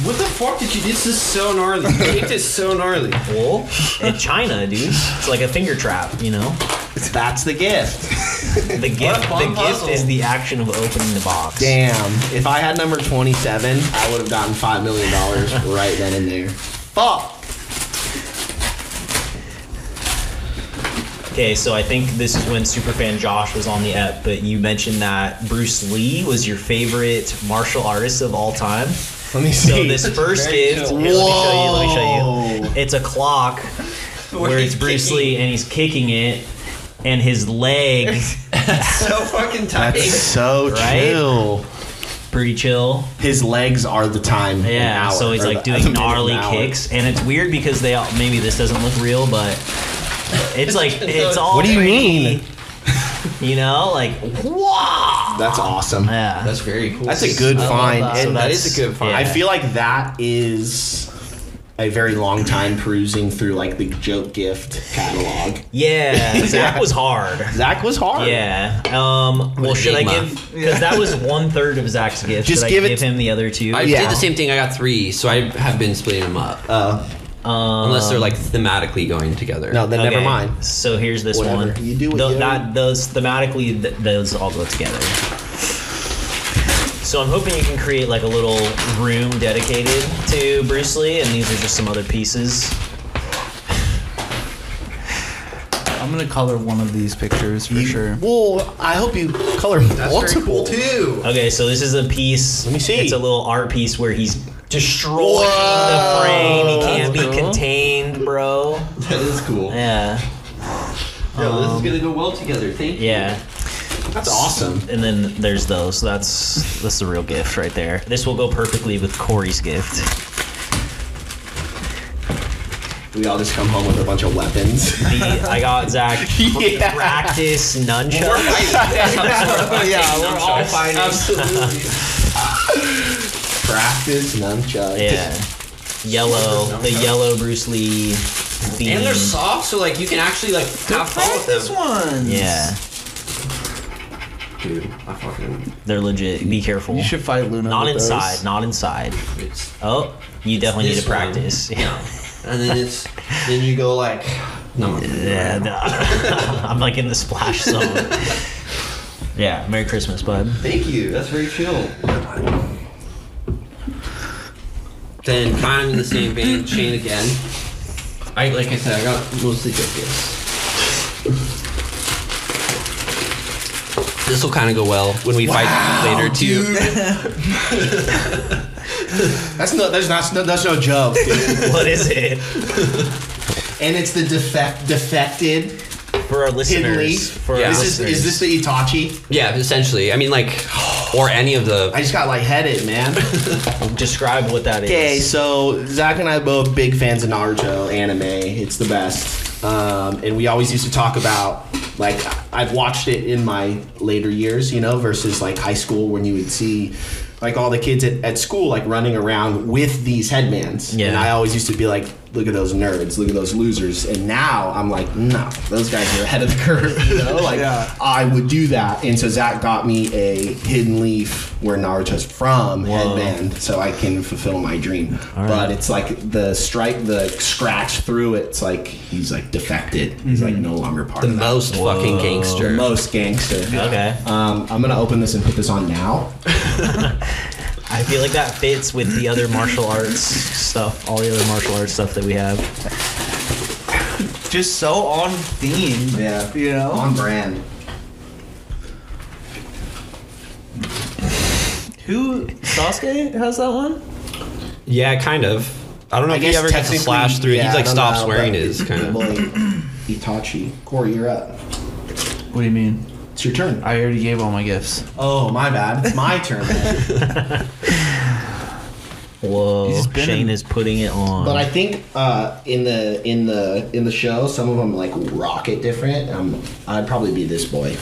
[SPEAKER 3] What the fuck did you? This is so gnarly. You ate this so gnarly.
[SPEAKER 1] Well, in China, dude. It's like a finger trap, you know?
[SPEAKER 2] That's the gift.
[SPEAKER 1] The gift,
[SPEAKER 3] fun
[SPEAKER 1] the gift
[SPEAKER 3] puzzle.
[SPEAKER 1] is the action of opening the box.
[SPEAKER 2] Damn. If I had number 27, I would have gotten $5 million right then and there. Fuck.
[SPEAKER 1] Okay, so I think this is when Superfan Josh was on the app, but you mentioned that Bruce Lee was your favorite martial artist of all time.
[SPEAKER 5] Let me
[SPEAKER 1] So
[SPEAKER 5] see.
[SPEAKER 1] this first is here, let me show you. Let me show you. It's a clock where it's Bruce Lee and he's kicking it, and his leg
[SPEAKER 4] so fucking tight.
[SPEAKER 2] That's so
[SPEAKER 1] Right?
[SPEAKER 2] chill.
[SPEAKER 1] pretty chill.
[SPEAKER 2] His legs are the time. an
[SPEAKER 1] Yeah,
[SPEAKER 2] hour,
[SPEAKER 1] so he's
[SPEAKER 2] or
[SPEAKER 1] like
[SPEAKER 2] the-
[SPEAKER 1] doing
[SPEAKER 2] an
[SPEAKER 1] gnarly
[SPEAKER 2] hour.
[SPEAKER 1] kicks, and it's weird because they all maybe this doesn't look real, but it's like it's all.
[SPEAKER 2] What do you
[SPEAKER 1] pretty,
[SPEAKER 2] mean?
[SPEAKER 1] You know, like wow.
[SPEAKER 2] That's awesome.
[SPEAKER 1] Yeah.
[SPEAKER 3] That's very cool.
[SPEAKER 2] That's a good
[SPEAKER 3] I love
[SPEAKER 2] find.
[SPEAKER 3] That.
[SPEAKER 2] And
[SPEAKER 3] So that
[SPEAKER 2] that's-
[SPEAKER 3] is a good find.
[SPEAKER 2] I feel like that is a very long time perusing through like the joke gift catalog.
[SPEAKER 1] yeah, that was hard.
[SPEAKER 2] Zach was hard.
[SPEAKER 1] Yeah. Um, well, should I
[SPEAKER 3] enigma.
[SPEAKER 1] give? Because that was one third of Zach's gift.
[SPEAKER 2] Just
[SPEAKER 1] should
[SPEAKER 2] give
[SPEAKER 1] I
[SPEAKER 2] it-
[SPEAKER 1] give him the other two?
[SPEAKER 3] I
[SPEAKER 2] Yeah.
[SPEAKER 3] did the same thing. I got three, so I have been splitting them up.
[SPEAKER 1] Um,
[SPEAKER 3] Unless they're like thematically going together.
[SPEAKER 2] Uh, No, then never
[SPEAKER 1] okay,
[SPEAKER 2] mind.
[SPEAKER 1] So here's this
[SPEAKER 2] Whatever.
[SPEAKER 1] one.
[SPEAKER 2] You do what
[SPEAKER 1] Tho-
[SPEAKER 2] you do.
[SPEAKER 1] that those thematically th- those all go together. So I'm hoping you can create like a little room dedicated to Bruce Lee, and these are just some other pieces.
[SPEAKER 4] I'm gonna color one of these pictures for sure.
[SPEAKER 2] Well, I hope you color multiple too.
[SPEAKER 1] Okay, so this is a piece. Let
[SPEAKER 2] me see.
[SPEAKER 1] It's a little art piece where he's destroying
[SPEAKER 2] Whoa,
[SPEAKER 1] the frame. He can't
[SPEAKER 4] that's
[SPEAKER 1] be
[SPEAKER 4] cool.
[SPEAKER 1] contained, bro.
[SPEAKER 3] that is cool.
[SPEAKER 1] Yeah.
[SPEAKER 3] this is gonna go well together. Thank
[SPEAKER 1] Yeah.
[SPEAKER 2] That's awesome.
[SPEAKER 1] And then there's those. So that's that's the real gift right there. This will go perfectly with Corey's gift.
[SPEAKER 2] We all just come home with a bunch of weapons.
[SPEAKER 1] The, I got Zach
[SPEAKER 2] Yeah.
[SPEAKER 1] practice nunchuck.
[SPEAKER 4] yeah, we're all fighting.
[SPEAKER 2] Practice nunchucks.
[SPEAKER 1] Yeah. Yellow, the yellow Bruce Lee theme.
[SPEAKER 3] And they're soft, so like you can actually like have fun with
[SPEAKER 4] This
[SPEAKER 3] them.
[SPEAKER 4] one.
[SPEAKER 1] Yeah,
[SPEAKER 3] Dude, I fucking
[SPEAKER 1] they're legit. Be careful.
[SPEAKER 4] You should fight Luna.
[SPEAKER 1] Not
[SPEAKER 4] with those.
[SPEAKER 1] inside. Not inside.
[SPEAKER 3] it's
[SPEAKER 1] Oh, you definitely need
[SPEAKER 3] this
[SPEAKER 1] to practice.
[SPEAKER 3] one. Yeah. and then it's then you go like no.
[SPEAKER 1] Yeah, no. I'm like in the splash zone. yeah, Merry Christmas, bud.
[SPEAKER 3] Thank you. That's very chill. Then kind of in the same vein, Shane again. I like I said, I got mostly good gifts. This will kind of go well when we fight later too.
[SPEAKER 2] That's no. That's not. No, that's no joke. dude.
[SPEAKER 1] What is it
[SPEAKER 2] and it's the defect, defected
[SPEAKER 1] for our
[SPEAKER 2] hidden leaf.
[SPEAKER 1] listeners? For
[SPEAKER 3] Yeah.
[SPEAKER 1] our
[SPEAKER 2] This is,
[SPEAKER 1] listeners.
[SPEAKER 2] is this the Itachi?
[SPEAKER 3] Yeah, essentially. I mean, like, or any of the.
[SPEAKER 2] I just got like headed, man.
[SPEAKER 1] Describe what that is.
[SPEAKER 2] Okay, so Zach and I both big fans of Naruto anime. It's the best, um, and we always used to talk about like I've watched it in my later years, you know, versus like high school when you would see like all the kids at, at school like running around with these headbands.
[SPEAKER 1] Yeah.
[SPEAKER 2] and I always used to be like, look at those nerds, look at those losers, and now I'm like, no, those guys are ahead of the curve. You know, like
[SPEAKER 4] Yeah.
[SPEAKER 2] I would do that, and so Zach got me a hidden leaf where Naruto's from headband, so I can fulfill my dream. But it's like the stripe, the scratch through it, it's like he's like defected. He's like no longer part
[SPEAKER 3] the
[SPEAKER 2] of that.
[SPEAKER 3] most fucking
[SPEAKER 2] Mm-hmm. The
[SPEAKER 3] gangster.
[SPEAKER 2] most gangster.
[SPEAKER 1] Okay.
[SPEAKER 2] Um, I'm gonna open this and put this on now.
[SPEAKER 1] I feel like that fits with the other martial arts stuff, all the other martial arts stuff that we have.
[SPEAKER 4] Just so on theme.
[SPEAKER 2] Yeah.
[SPEAKER 4] You know.
[SPEAKER 2] On brand.
[SPEAKER 4] Who? Sasuke has that one.
[SPEAKER 3] Yeah, kind of. I don't know if he ever gets a
[SPEAKER 2] technically,
[SPEAKER 3] slash through.
[SPEAKER 2] yeah,
[SPEAKER 3] he
[SPEAKER 2] I
[SPEAKER 3] like
[SPEAKER 2] don't
[SPEAKER 3] stops
[SPEAKER 2] know,
[SPEAKER 3] wearing
[SPEAKER 2] but
[SPEAKER 3] his
[SPEAKER 2] it's
[SPEAKER 3] kind of.
[SPEAKER 2] like Itachi. Corey, you're up.
[SPEAKER 4] What do you mean?
[SPEAKER 2] It's your turn.
[SPEAKER 4] I already gave all my gifts.
[SPEAKER 2] Oh, my bad. It's my turn. man.
[SPEAKER 1] Whoa,
[SPEAKER 4] He's been
[SPEAKER 1] Shane
[SPEAKER 4] in-
[SPEAKER 1] is putting it on.
[SPEAKER 2] But I think uh, in the in the in the show, some of them like rock it different. Um, I'd probably be this boy.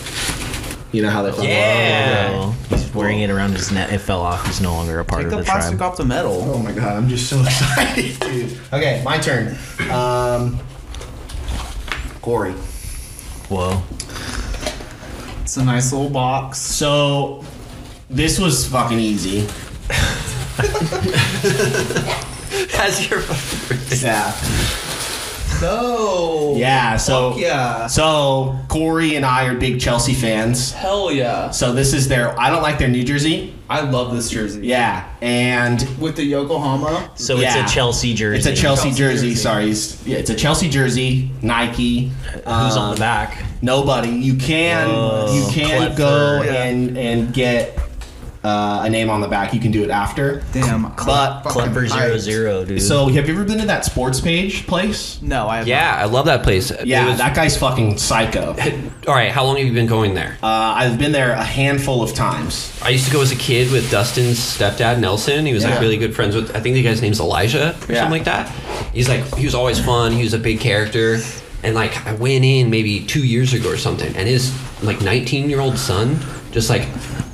[SPEAKER 2] You know how they fucking
[SPEAKER 1] yeah, he's wearing it around his neck. It fell off. He's no longer a part
[SPEAKER 4] Take
[SPEAKER 1] of
[SPEAKER 4] the
[SPEAKER 1] the
[SPEAKER 4] plastic
[SPEAKER 1] tribe.
[SPEAKER 4] off the metal.
[SPEAKER 2] Oh my god, I'm just so excited, dude. Okay, my turn. Um, Corey.
[SPEAKER 1] Whoa.
[SPEAKER 4] Oh. It's a nice little box.
[SPEAKER 2] So this was fucking easy.
[SPEAKER 3] That's your fucking-
[SPEAKER 2] Yeah.
[SPEAKER 4] No.
[SPEAKER 2] Yeah. So
[SPEAKER 4] Yeah.
[SPEAKER 2] So Corey and I are big Chelsea fans.
[SPEAKER 4] Hell yeah.
[SPEAKER 2] So this is their. I don't like their New Jersey.
[SPEAKER 4] I love this jersey.
[SPEAKER 2] Yeah, and
[SPEAKER 4] With the Yokohama.
[SPEAKER 1] So
[SPEAKER 2] Yeah.
[SPEAKER 1] it's a Chelsea
[SPEAKER 2] It's
[SPEAKER 1] jersey.
[SPEAKER 2] a Chelsea,
[SPEAKER 4] Chelsea
[SPEAKER 2] jersey.
[SPEAKER 4] jersey.
[SPEAKER 2] Sorry, It's- yeah, it's a Chelsea jersey. Nike.
[SPEAKER 1] Who's
[SPEAKER 2] um,
[SPEAKER 1] Uh, on the back?
[SPEAKER 2] Nobody. You can
[SPEAKER 1] Whoa.
[SPEAKER 2] you can
[SPEAKER 1] Klepper.
[SPEAKER 2] go
[SPEAKER 4] Yeah.
[SPEAKER 2] and and get uh, a name on the back. You can do it after.
[SPEAKER 4] Damn. I-
[SPEAKER 2] But
[SPEAKER 4] fucking
[SPEAKER 1] Clipper zero
[SPEAKER 4] hyped.
[SPEAKER 1] zero, dude.
[SPEAKER 2] so have you ever been to that sports page place?
[SPEAKER 4] No, I have
[SPEAKER 3] Yeah, I love that place. It
[SPEAKER 2] Yeah,
[SPEAKER 3] was-
[SPEAKER 2] that guy's fucking psycho.
[SPEAKER 3] all right, how long have you been going there?
[SPEAKER 2] Uh, I've been there a handful of times.
[SPEAKER 3] I used to go as a kid with Dustin's stepdad, Nelson. He was
[SPEAKER 2] Yeah.
[SPEAKER 3] like really good friends with. I think the guy's name's Elijah or
[SPEAKER 2] Yeah.
[SPEAKER 3] something like that. He's like he was always fun. He was a big character, and like I went in maybe two years ago or something, and his like 19 year old son just like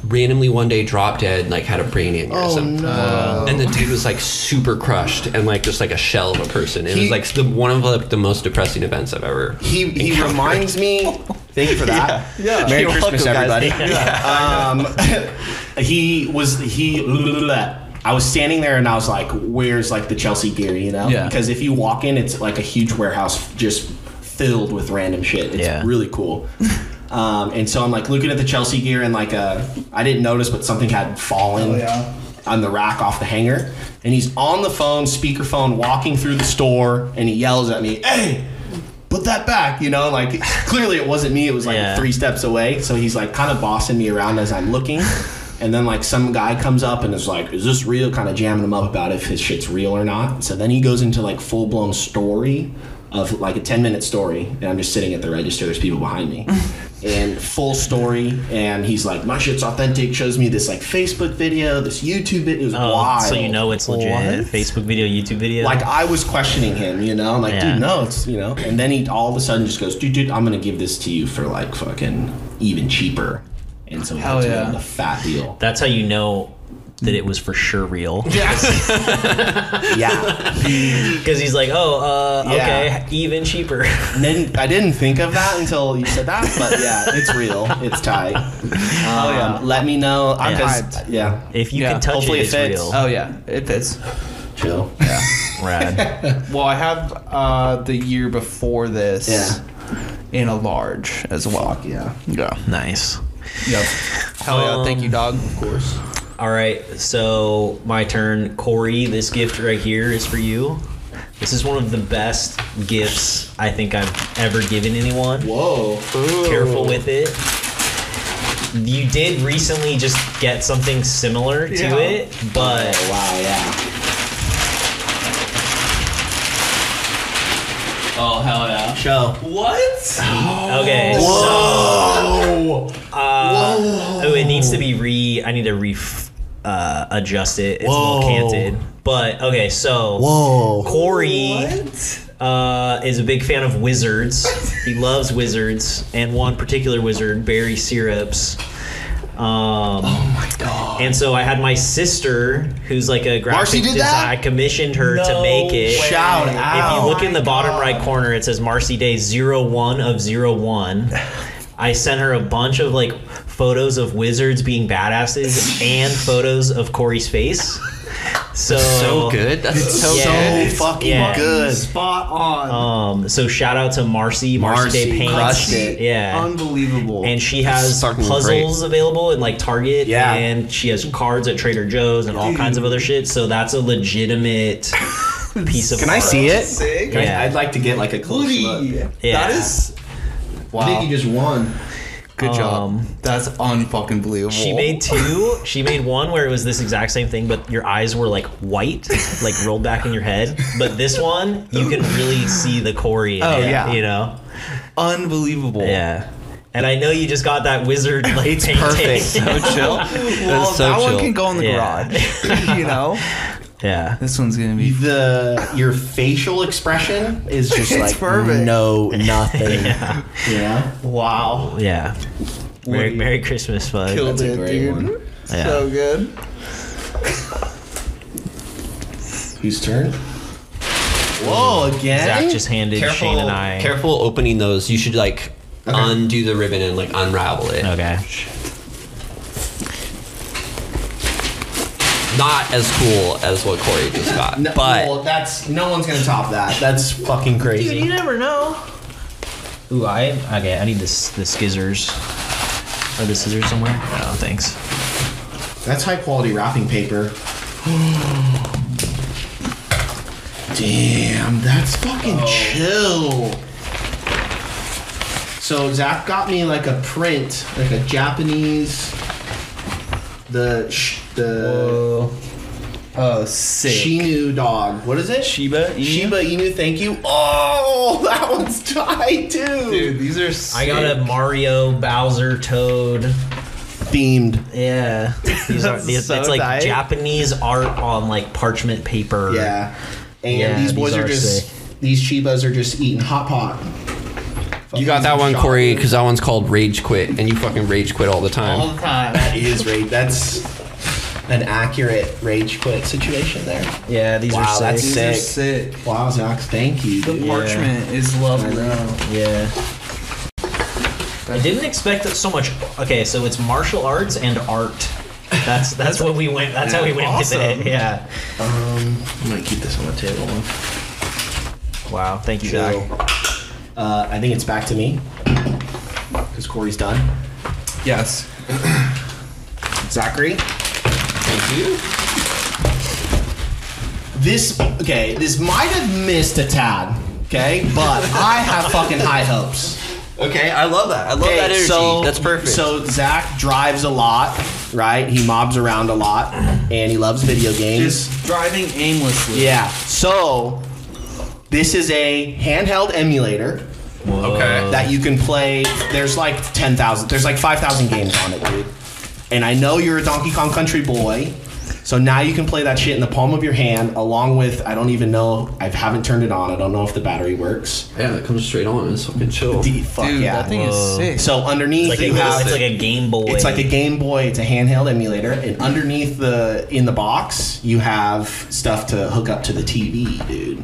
[SPEAKER 3] randomly one day dropped dead and like had a brain
[SPEAKER 2] Oh,
[SPEAKER 3] aneurysm. And the dude was like super crushed and like just like a shell of a person. It
[SPEAKER 2] He-
[SPEAKER 3] was like the one of like the most depressing events I've ever.
[SPEAKER 2] He, he reminds me. Thank you for that.
[SPEAKER 4] Yeah. Yeah.
[SPEAKER 2] Merry
[SPEAKER 4] You're
[SPEAKER 2] Christmas,
[SPEAKER 4] welcome, guys.
[SPEAKER 2] everybody. Um, he was he. I was standing there and I was like, "Where's like the Chelsea gear?" You know,
[SPEAKER 4] Yeah.
[SPEAKER 2] because if you walk in, it's like a huge warehouse just filled with random shit. It's
[SPEAKER 1] Yeah.
[SPEAKER 2] really cool. Um, and so I'm like looking at the Chelsea gear and like uh, I didn't notice, but something had fallen
[SPEAKER 4] Oh, yeah.
[SPEAKER 2] on the rack off the hanger. And he's on the phone, speakerphone, walking through the store, and he yells at me, "Hey, put that back!" You know, like clearly it wasn't me. It was like
[SPEAKER 1] Yeah.
[SPEAKER 2] three steps away. So he's like kind of bossing me around as I'm looking. And then like some guy comes up and is like, "Is this real?" Kind of jamming him up about if his shit's real or not. So then he goes into like full blown story of like a ten minute story, and I'm just sitting at the register. There's people behind me, and full story. And he's like, "My shit's authentic." Shows me this like Facebook video, this YouTube video. It was
[SPEAKER 1] Oh,
[SPEAKER 2] wild.
[SPEAKER 1] so you know it's legit.
[SPEAKER 4] What?
[SPEAKER 1] Facebook video, YouTube video.
[SPEAKER 2] Like I was questioning him, you know, I'm like,
[SPEAKER 1] Yeah.
[SPEAKER 2] dude, no, it's you know. And then he all of a sudden just goes, dude, dude, I'm gonna give this to you for like fucking even cheaper. And so he
[SPEAKER 4] Hell
[SPEAKER 2] hands me
[SPEAKER 4] yeah.
[SPEAKER 2] the fat deal.
[SPEAKER 1] that's how you know that it was for sure real.
[SPEAKER 2] yeah.
[SPEAKER 1] Because he's like, oh, uh,
[SPEAKER 2] Yeah.
[SPEAKER 1] okay, even cheaper.
[SPEAKER 2] And then I didn't think of that until you said that, but yeah, it's real. It's tight. Um,
[SPEAKER 4] yeah.
[SPEAKER 2] Let me know. I'm
[SPEAKER 1] Yeah.
[SPEAKER 2] just, yeah.
[SPEAKER 1] if you
[SPEAKER 4] Yeah,
[SPEAKER 1] can touch
[SPEAKER 2] hopefully
[SPEAKER 1] it,
[SPEAKER 2] it
[SPEAKER 1] it's
[SPEAKER 2] fits.
[SPEAKER 1] real.
[SPEAKER 4] Oh yeah, it fits.
[SPEAKER 2] Chill.
[SPEAKER 1] Rad.
[SPEAKER 4] Well, I have uh, the year before this in a large as well.
[SPEAKER 2] Yeah.
[SPEAKER 4] Yeah.
[SPEAKER 1] nice.
[SPEAKER 4] Yep. Hell yeah. thank you, dog.
[SPEAKER 2] Of course.
[SPEAKER 1] All right, so my turn. Corey, this gift right here is for you. This is one of the best gifts I think I've ever given anyone.
[SPEAKER 2] Whoa.
[SPEAKER 1] Careful with it. You did recently just get something similar to
[SPEAKER 4] Yeah.
[SPEAKER 1] it, but
[SPEAKER 2] Oh, wow, yeah.
[SPEAKER 4] Oh hell yeah.
[SPEAKER 2] Show.
[SPEAKER 4] What? Oh.
[SPEAKER 1] okay.
[SPEAKER 2] Whoa.
[SPEAKER 1] So, uh, oh, it needs to be re. I need to re uh, adjust it. It's a
[SPEAKER 2] Whoa.
[SPEAKER 1] little canted. But okay, so
[SPEAKER 2] Whoa.
[SPEAKER 1] Corey. uh, is a big fan of wizards. he loves wizards, and one particular wizard, Barry Syrups. Um, oh my god! And so I had my sister, who's like a graphic
[SPEAKER 2] did
[SPEAKER 1] design.
[SPEAKER 2] that?
[SPEAKER 1] I commissioned her to
[SPEAKER 4] No
[SPEAKER 1] make it.
[SPEAKER 4] way.
[SPEAKER 2] Oh, Shout
[SPEAKER 4] If you
[SPEAKER 2] out.
[SPEAKER 1] If you look in the bottom right corner, it says Marcy Day 01 of 01. I sent her a bunch of like photos of wizards being badasses and photos of Corey's face. So,
[SPEAKER 3] So good. That's so
[SPEAKER 1] Yeah.
[SPEAKER 2] so
[SPEAKER 3] good.
[SPEAKER 2] fucking
[SPEAKER 1] Yeah.
[SPEAKER 2] good.
[SPEAKER 4] Spot on.
[SPEAKER 1] Um, so shout out to Marcy, Marcy,
[SPEAKER 2] Marcy
[SPEAKER 1] Day Paints.
[SPEAKER 2] crushed it.
[SPEAKER 1] Yeah.
[SPEAKER 4] Unbelievable.
[SPEAKER 1] and she has
[SPEAKER 3] Fucking great.
[SPEAKER 1] puzzles available in like Target,
[SPEAKER 2] Yeah.
[SPEAKER 1] and she has cards at Trader Joe's and all kinds of other shit. So that's a legitimate piece of.
[SPEAKER 2] Can I
[SPEAKER 1] art.
[SPEAKER 2] see it?
[SPEAKER 4] Sick.
[SPEAKER 2] Can I-
[SPEAKER 1] Yeah.
[SPEAKER 2] I'd like to get like a close look.
[SPEAKER 1] Yeah.
[SPEAKER 4] That is wow.
[SPEAKER 2] I think you just won.
[SPEAKER 4] Good job.
[SPEAKER 1] Um,
[SPEAKER 4] That's unfucking believable.
[SPEAKER 1] She made two. She made one where it was this exact same thing, but your eyes were like white, like rolled back in your head. But this one, you can really see the Corey. In
[SPEAKER 4] Oh,
[SPEAKER 1] it,
[SPEAKER 4] yeah.
[SPEAKER 1] you know.
[SPEAKER 4] unbelievable.
[SPEAKER 1] Yeah. And I know you just got that wizard like painting.
[SPEAKER 3] So chill.
[SPEAKER 4] Well,
[SPEAKER 3] so
[SPEAKER 4] that one
[SPEAKER 3] chill.
[SPEAKER 4] can go in the
[SPEAKER 1] Yeah.
[SPEAKER 4] garage. you know,
[SPEAKER 1] yeah.
[SPEAKER 4] this one's gonna be.
[SPEAKER 2] The your facial expression is just
[SPEAKER 4] It's
[SPEAKER 2] like
[SPEAKER 4] perfect.
[SPEAKER 2] no nothing.
[SPEAKER 1] Yeah.
[SPEAKER 2] Yeah.
[SPEAKER 4] Wow.
[SPEAKER 1] Yeah. Merry,
[SPEAKER 4] Woody.
[SPEAKER 1] Merry Christmas, bud.
[SPEAKER 4] Killed
[SPEAKER 2] That's a
[SPEAKER 4] it,
[SPEAKER 2] great
[SPEAKER 4] dude.
[SPEAKER 2] one.
[SPEAKER 1] Yeah.
[SPEAKER 4] So good.
[SPEAKER 2] Whose turn?
[SPEAKER 4] Oh,
[SPEAKER 2] Whoa again.
[SPEAKER 1] Zach just handed Shane and I.
[SPEAKER 3] Careful opening those. You should like undo the ribbon and like unravel it.
[SPEAKER 1] Okay.
[SPEAKER 3] Not as cool as what Corey just got,
[SPEAKER 2] No,
[SPEAKER 3] but
[SPEAKER 2] well, that's no one's gonna top that. That's fucking crazy.
[SPEAKER 1] never know. Ooh, I okay. I need this the scissors. Are the scissors somewhere? Oh, thanks.
[SPEAKER 2] That's high quality wrapping paper. Damn, that's fucking
[SPEAKER 4] Oh.
[SPEAKER 2] chill. So Zach got me like a print, like a Japanese. the sh- the
[SPEAKER 4] Oh, oh, sick.
[SPEAKER 2] Shinu dog. What is it?
[SPEAKER 4] Shiba Inu?
[SPEAKER 2] Shiba Inu. Thank you. Oh, that one's tight too.
[SPEAKER 4] Dude, these are. Sick.
[SPEAKER 1] I got a Mario, Bowser, Toad.
[SPEAKER 2] Themed.
[SPEAKER 1] Yeah, these are,
[SPEAKER 4] That's
[SPEAKER 1] these,
[SPEAKER 4] so
[SPEAKER 1] it's like
[SPEAKER 4] tight.
[SPEAKER 1] Japanese art on like parchment paper.
[SPEAKER 2] Yeah. And
[SPEAKER 1] Yeah,
[SPEAKER 2] these boys
[SPEAKER 1] these
[SPEAKER 2] are
[SPEAKER 1] are
[SPEAKER 2] just these Shibas are just eating hot pot.
[SPEAKER 3] You got that one, Corey, because that one's called Rage Quit, and you fucking rage quit all the
[SPEAKER 4] all
[SPEAKER 2] Uh-huh.
[SPEAKER 3] time.
[SPEAKER 4] the time.
[SPEAKER 2] That is rage. That's an accurate rage quit situation there.
[SPEAKER 1] yeah, these
[SPEAKER 2] Wow,
[SPEAKER 1] are sick.
[SPEAKER 2] that's
[SPEAKER 4] These are
[SPEAKER 2] sick.
[SPEAKER 4] sick.
[SPEAKER 2] Wow, Zach, thank you.
[SPEAKER 4] The
[SPEAKER 2] dude.
[SPEAKER 4] parchment is lovely.
[SPEAKER 1] Yeah. I didn't expect that so much. Okay, so it's martial arts and art. That's that's what we went. That's how we went with
[SPEAKER 4] Awesome.
[SPEAKER 1] it. Yeah.
[SPEAKER 2] Um, I'm gonna keep this on the table.
[SPEAKER 1] Wow. Thank you, Zach.
[SPEAKER 2] So, uh, I think it's back to me because Corey's done.
[SPEAKER 4] Yes.
[SPEAKER 2] Zachary,
[SPEAKER 3] Thank you.
[SPEAKER 2] this okay. This might have missed a tad. Okay, but I have fucking high hopes.
[SPEAKER 3] Okay, I love that. I love
[SPEAKER 2] Okay,
[SPEAKER 3] that energy. That's perfect.
[SPEAKER 2] So Zach drives a lot, right? He mobs around a lot, and he loves video games.
[SPEAKER 4] Just driving aimlessly.
[SPEAKER 2] yeah. So this is a handheld emulator
[SPEAKER 3] okay.
[SPEAKER 2] that you can play. There's like ten thousand. There's like five thousand games on it, dude. And I know you're a Donkey Kong Country boy, so now you can play that shit in the palm of your hand, along with I don't even know. I haven't turned it on. I don't know if the battery works.
[SPEAKER 3] yeah, that comes straight on. It's fucking chill.
[SPEAKER 2] Dude, fuck
[SPEAKER 4] Dude,
[SPEAKER 2] yeah.
[SPEAKER 4] that thing is sick.
[SPEAKER 2] so underneath
[SPEAKER 1] It's like, a,
[SPEAKER 2] you have
[SPEAKER 1] it's like a Game Boy.
[SPEAKER 2] It's like a Game Boy. It's a handheld emulator, and underneath the in the box, you have stuff to hook up to the TV, dude.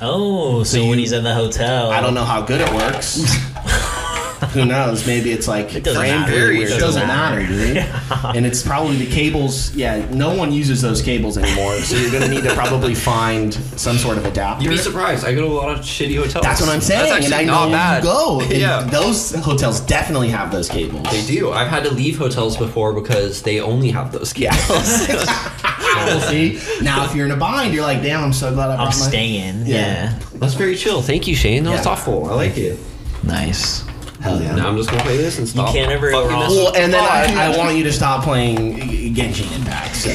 [SPEAKER 1] Oh, so, when he's in the hotel,
[SPEAKER 2] I don't know how good it works. Who knows? Maybe it's like
[SPEAKER 1] doesn't matter.
[SPEAKER 2] pretty
[SPEAKER 1] It
[SPEAKER 2] weird. It
[SPEAKER 1] doesn't
[SPEAKER 2] doesn't matter, dude. And it's probably the cables. Yeah, no one uses those cables anymore, so you're gonna need to probably find some sort of adapter.
[SPEAKER 3] You'd be surprised. I go to a lot of shitty hotels.
[SPEAKER 2] That's what I'm saying,
[SPEAKER 3] That's
[SPEAKER 2] and
[SPEAKER 3] actually
[SPEAKER 2] I know you
[SPEAKER 3] not bad.
[SPEAKER 2] go. and
[SPEAKER 3] yeah.
[SPEAKER 2] those hotels definitely have those cables.
[SPEAKER 3] They do. I've had to leave hotels before because they only have those
[SPEAKER 2] Yeah.
[SPEAKER 3] cables.
[SPEAKER 2] We'll see. Now, if you're in a bind, you're like, damn, I'm so glad I brought
[SPEAKER 1] I'm
[SPEAKER 2] my.
[SPEAKER 1] staying.
[SPEAKER 2] Yeah.
[SPEAKER 1] Yeah.
[SPEAKER 3] That's very chill. Thank you, Shane. That was
[SPEAKER 2] Yeah.
[SPEAKER 3] thoughtful. I like it.
[SPEAKER 1] Nice.
[SPEAKER 2] Hell yeah.
[SPEAKER 3] Now I'm just gonna play this and
[SPEAKER 2] Oh.
[SPEAKER 3] stop.
[SPEAKER 1] can't ever go
[SPEAKER 3] fucking
[SPEAKER 1] wrong.
[SPEAKER 3] this
[SPEAKER 2] Well,
[SPEAKER 3] up.
[SPEAKER 2] and then I, I want you to stop playing Genshin Impact. So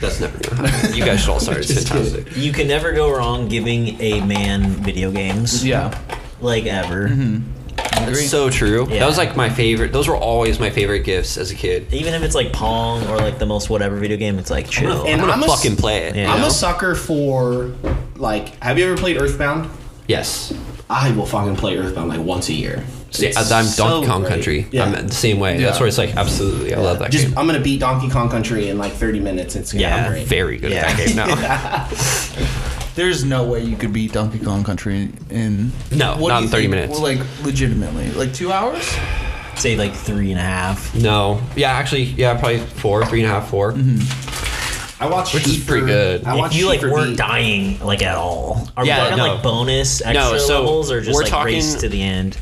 [SPEAKER 3] That's never gonna happen. You guys should all start. It's fantastic.
[SPEAKER 1] You can never go wrong giving a man video games.
[SPEAKER 4] Yeah.
[SPEAKER 1] Like ever.
[SPEAKER 2] Mm-hmm.
[SPEAKER 3] That's so true.
[SPEAKER 1] Yeah.
[SPEAKER 3] That was like my favorite. Those were always my favorite gifts as a kid.
[SPEAKER 1] Even if it's like Pong or like the most whatever video game, it's like chill.
[SPEAKER 3] I'm
[SPEAKER 2] And
[SPEAKER 3] gonna
[SPEAKER 2] I'm a s-
[SPEAKER 3] fucking play it.
[SPEAKER 1] Yeah.
[SPEAKER 2] I'm
[SPEAKER 1] know?
[SPEAKER 2] a sucker for like. Have you ever played Earthbound?
[SPEAKER 3] Yes.
[SPEAKER 2] I will fucking play Earthbound like once a year.
[SPEAKER 3] See,
[SPEAKER 2] It's
[SPEAKER 3] I'm Donkey
[SPEAKER 2] so
[SPEAKER 3] Kong
[SPEAKER 2] great.
[SPEAKER 3] Country.
[SPEAKER 2] Yeah.
[SPEAKER 3] I'm the same way. That's
[SPEAKER 4] Yeah.
[SPEAKER 3] where it's like absolutely. I love that
[SPEAKER 2] Just
[SPEAKER 3] game.
[SPEAKER 2] I'm gonna beat Donkey Kong Country in like 30 minutes. It's gonna
[SPEAKER 1] Yeah,
[SPEAKER 2] be
[SPEAKER 3] I'm
[SPEAKER 2] great.
[SPEAKER 3] very good at
[SPEAKER 1] Yeah.
[SPEAKER 3] that game now.
[SPEAKER 4] There's no way you could beat Donkey Kong Country in
[SPEAKER 3] No,
[SPEAKER 4] What do
[SPEAKER 3] not
[SPEAKER 4] you
[SPEAKER 3] in 30
[SPEAKER 4] think?
[SPEAKER 3] minutes.
[SPEAKER 4] Well, like legitimately, like two hours.
[SPEAKER 1] Say like three and a half.
[SPEAKER 3] No. Yeah, actually, yeah, probably four, three and a half, four.
[SPEAKER 2] Mm-hmm. I watched
[SPEAKER 3] Which is
[SPEAKER 2] Sheep
[SPEAKER 3] pretty
[SPEAKER 2] for-
[SPEAKER 3] good.
[SPEAKER 2] I
[SPEAKER 1] if
[SPEAKER 2] watched
[SPEAKER 1] you like
[SPEAKER 2] Sheep for
[SPEAKER 1] weren't
[SPEAKER 2] beat-
[SPEAKER 1] dying like at all, are
[SPEAKER 3] Yeah,
[SPEAKER 1] we talking
[SPEAKER 3] no.
[SPEAKER 1] like bonus extra
[SPEAKER 3] so
[SPEAKER 1] levels or just
[SPEAKER 3] we're
[SPEAKER 1] like race
[SPEAKER 3] talking-
[SPEAKER 1] to the end?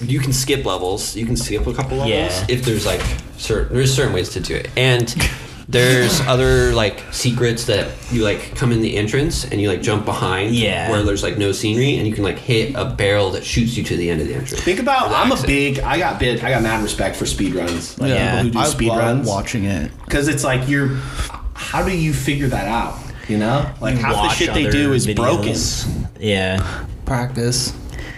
[SPEAKER 3] You can skip levels. You can skip a couple levels
[SPEAKER 1] Yeah.
[SPEAKER 3] if there's like certain there's certain ways to do it. And there's other like secrets that you like come in the entrance and you like jump behind
[SPEAKER 1] Yeah.
[SPEAKER 3] where there's like no scenery and you can like hit a barrel that shoots you to the end of the entrance.
[SPEAKER 2] Think about. I'm a
[SPEAKER 3] Relaxing.
[SPEAKER 2] big. I got big. I got mad respect for speedruns. Like
[SPEAKER 1] Yeah.
[SPEAKER 2] people who do
[SPEAKER 4] I love
[SPEAKER 2] speedruns.
[SPEAKER 4] watching it.
[SPEAKER 2] because it's like you're how do you figure that out you know like half the
[SPEAKER 1] Watch
[SPEAKER 2] shit they
[SPEAKER 1] other
[SPEAKER 2] do is
[SPEAKER 1] videos.
[SPEAKER 2] broken
[SPEAKER 1] Yeah,
[SPEAKER 4] Practice.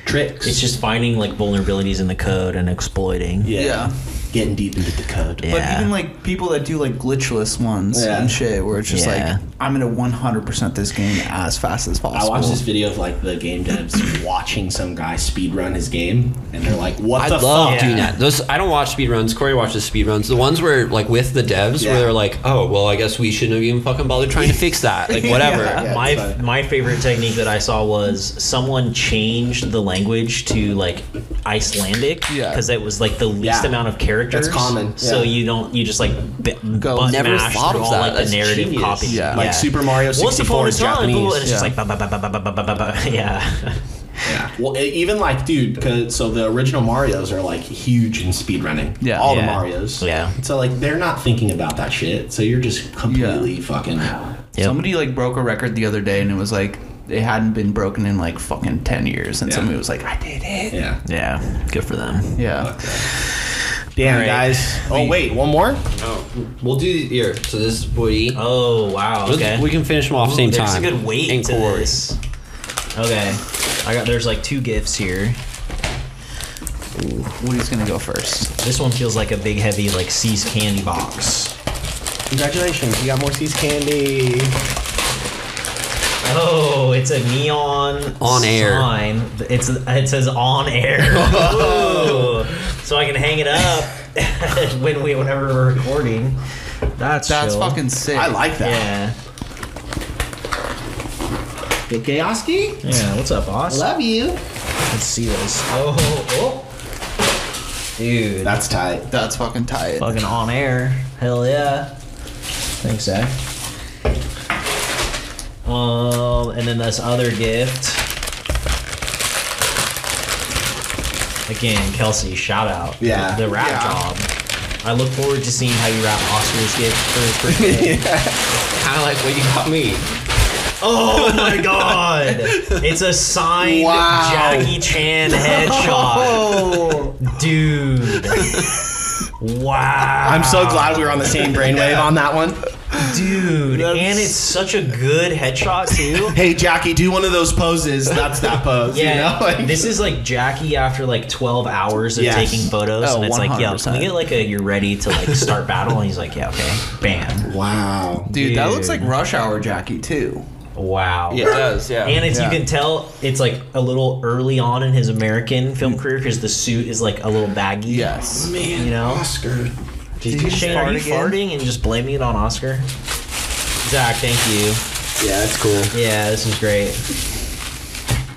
[SPEAKER 2] tricks
[SPEAKER 1] it's just finding like vulnerabilities in the code and exploiting.
[SPEAKER 2] yeah,
[SPEAKER 4] Yeah.
[SPEAKER 2] getting deep into the code
[SPEAKER 1] Yeah.
[SPEAKER 4] But even like people that do like glitchless ones
[SPEAKER 2] Yeah.
[SPEAKER 4] and shit, where it's just
[SPEAKER 1] Yeah.
[SPEAKER 4] like I'm gonna 100 percent this game as fast as
[SPEAKER 2] I
[SPEAKER 4] possible.
[SPEAKER 2] watched this video of like the game devs watching some guy speedrun his game, and they're like, "What
[SPEAKER 3] I
[SPEAKER 2] the
[SPEAKER 3] love
[SPEAKER 2] fuck?"
[SPEAKER 3] doing that. Those I don't watch speedruns. Corey watches speedruns. The ones where like with the devs
[SPEAKER 2] Yeah.
[SPEAKER 3] where they're like, oh well, I guess we shouldn't have even fucking bothered trying to fix that. Like whatever.
[SPEAKER 2] Yeah.
[SPEAKER 1] my
[SPEAKER 2] it's funny.
[SPEAKER 1] my favorite technique that I saw was someone changed the language to like Icelandic
[SPEAKER 4] Yeah.
[SPEAKER 1] because that was like the least
[SPEAKER 2] Yeah.
[SPEAKER 1] amount of characters.
[SPEAKER 2] common,
[SPEAKER 1] So
[SPEAKER 2] yeah.
[SPEAKER 1] you don't you just like b-
[SPEAKER 4] Go.
[SPEAKER 1] butt
[SPEAKER 3] Never
[SPEAKER 1] mash
[SPEAKER 3] thought
[SPEAKER 1] through
[SPEAKER 3] of
[SPEAKER 1] all
[SPEAKER 3] that.
[SPEAKER 1] like
[SPEAKER 3] That's
[SPEAKER 1] the narrative
[SPEAKER 3] genius.
[SPEAKER 1] copy.
[SPEAKER 4] Yeah.
[SPEAKER 2] Like Super Mario
[SPEAKER 1] Once upon
[SPEAKER 2] 64
[SPEAKER 1] a
[SPEAKER 2] is
[SPEAKER 1] time,
[SPEAKER 2] Japanese.
[SPEAKER 1] blah, blah, it's just
[SPEAKER 4] Yeah.
[SPEAKER 1] like ba ba ba ba ba ba ba ba ba ba. Yeah.
[SPEAKER 2] Yeah. Well, e- even like, dude, 'cause- so the original Mario's are like huge in speedrunning.
[SPEAKER 4] Yeah.
[SPEAKER 2] All
[SPEAKER 1] Yeah.
[SPEAKER 2] the Mario's.
[SPEAKER 1] Yeah.
[SPEAKER 2] So like, they're not thinking about that shit. So you're just completely fucking.
[SPEAKER 1] Yep.
[SPEAKER 4] Somebody like broke a record the other day, and it was like it hadn't been broken in like fucking 10 years, and
[SPEAKER 2] Yeah.
[SPEAKER 4] somebody was like, I did it.
[SPEAKER 2] Yeah.
[SPEAKER 1] Yeah. Good for them.
[SPEAKER 4] Yeah.
[SPEAKER 6] Damn,
[SPEAKER 3] Alright.
[SPEAKER 6] guys. Oh,
[SPEAKER 3] We-
[SPEAKER 6] wait, one more?
[SPEAKER 3] We'll do here. So this is Woody.
[SPEAKER 1] Oh wow.
[SPEAKER 3] Let's-
[SPEAKER 1] Okay.
[SPEAKER 3] We can finish them off
[SPEAKER 1] Ooh,
[SPEAKER 3] same
[SPEAKER 1] there's
[SPEAKER 3] time.
[SPEAKER 1] a good weight
[SPEAKER 3] in
[SPEAKER 1] to
[SPEAKER 3] chord.
[SPEAKER 1] this. Okay. I got there's like two gifts here.
[SPEAKER 4] Woody's gonna go first.
[SPEAKER 1] This one feels like a big heavy like C's candy box.
[SPEAKER 6] Congratulations, you got more C's candy.
[SPEAKER 1] Oh, it's a neon
[SPEAKER 3] On air.
[SPEAKER 1] sign. It's it says on air. Ooh. so I can hang it up when we whenever we're recording. That's
[SPEAKER 4] That's
[SPEAKER 1] chill.
[SPEAKER 4] fucking sick.
[SPEAKER 6] I like that.
[SPEAKER 1] yeah.
[SPEAKER 6] Yo, Kayoski,
[SPEAKER 1] Yeah. What's up, boss?
[SPEAKER 6] love you.
[SPEAKER 1] Let's see this. Oh, oh, oh. dude.
[SPEAKER 6] That's tight.
[SPEAKER 4] That's fucking tight.
[SPEAKER 1] Fucking on air. Hell yeah. Thanks, Zach. Um, and then this other gift. Again, Kelsey, shout out.
[SPEAKER 6] Yeah.
[SPEAKER 1] The rap
[SPEAKER 6] Yeah.
[SPEAKER 1] job. I look forward to seeing how you wrap Oscar's gift for his birthday.
[SPEAKER 3] Kind of like what you got me.
[SPEAKER 1] Oh my god! It's a signed
[SPEAKER 6] Wow. Oh.
[SPEAKER 1] Jackie Chan headshot. Dude. Wow.
[SPEAKER 6] I'm so glad we were on the same brainwave on that one.
[SPEAKER 1] Dude, and it's such a good headshot too.
[SPEAKER 6] Hey, Jackie, do one of those poses. That's that pose.
[SPEAKER 1] Yeah,
[SPEAKER 6] You know? Like-
[SPEAKER 1] this is like Jackie after like 12 hours of
[SPEAKER 6] Yes.
[SPEAKER 1] taking photos,
[SPEAKER 4] Oh,
[SPEAKER 1] and it's like, yeah, can
[SPEAKER 4] 100%.
[SPEAKER 1] we get like a you're ready to like start battle? And he's like, yeah, okay, bam,
[SPEAKER 6] wow.
[SPEAKER 4] Dude, that looks
[SPEAKER 1] Dude.
[SPEAKER 4] like Rush Hour Jackie too.
[SPEAKER 1] wow.
[SPEAKER 4] it does. Yeah,
[SPEAKER 1] And it's you can tell it's like a little early on in his American film career because the suit is like a little baggy.
[SPEAKER 4] Mm. Yes.
[SPEAKER 1] you know.
[SPEAKER 2] Oscar.
[SPEAKER 1] Did you Shane, are
[SPEAKER 4] fart
[SPEAKER 1] you
[SPEAKER 4] again?
[SPEAKER 1] farting and just blaming it on Oscar? Zach, thank you.
[SPEAKER 3] Yeah, that's cool.
[SPEAKER 1] Yeah, this is great.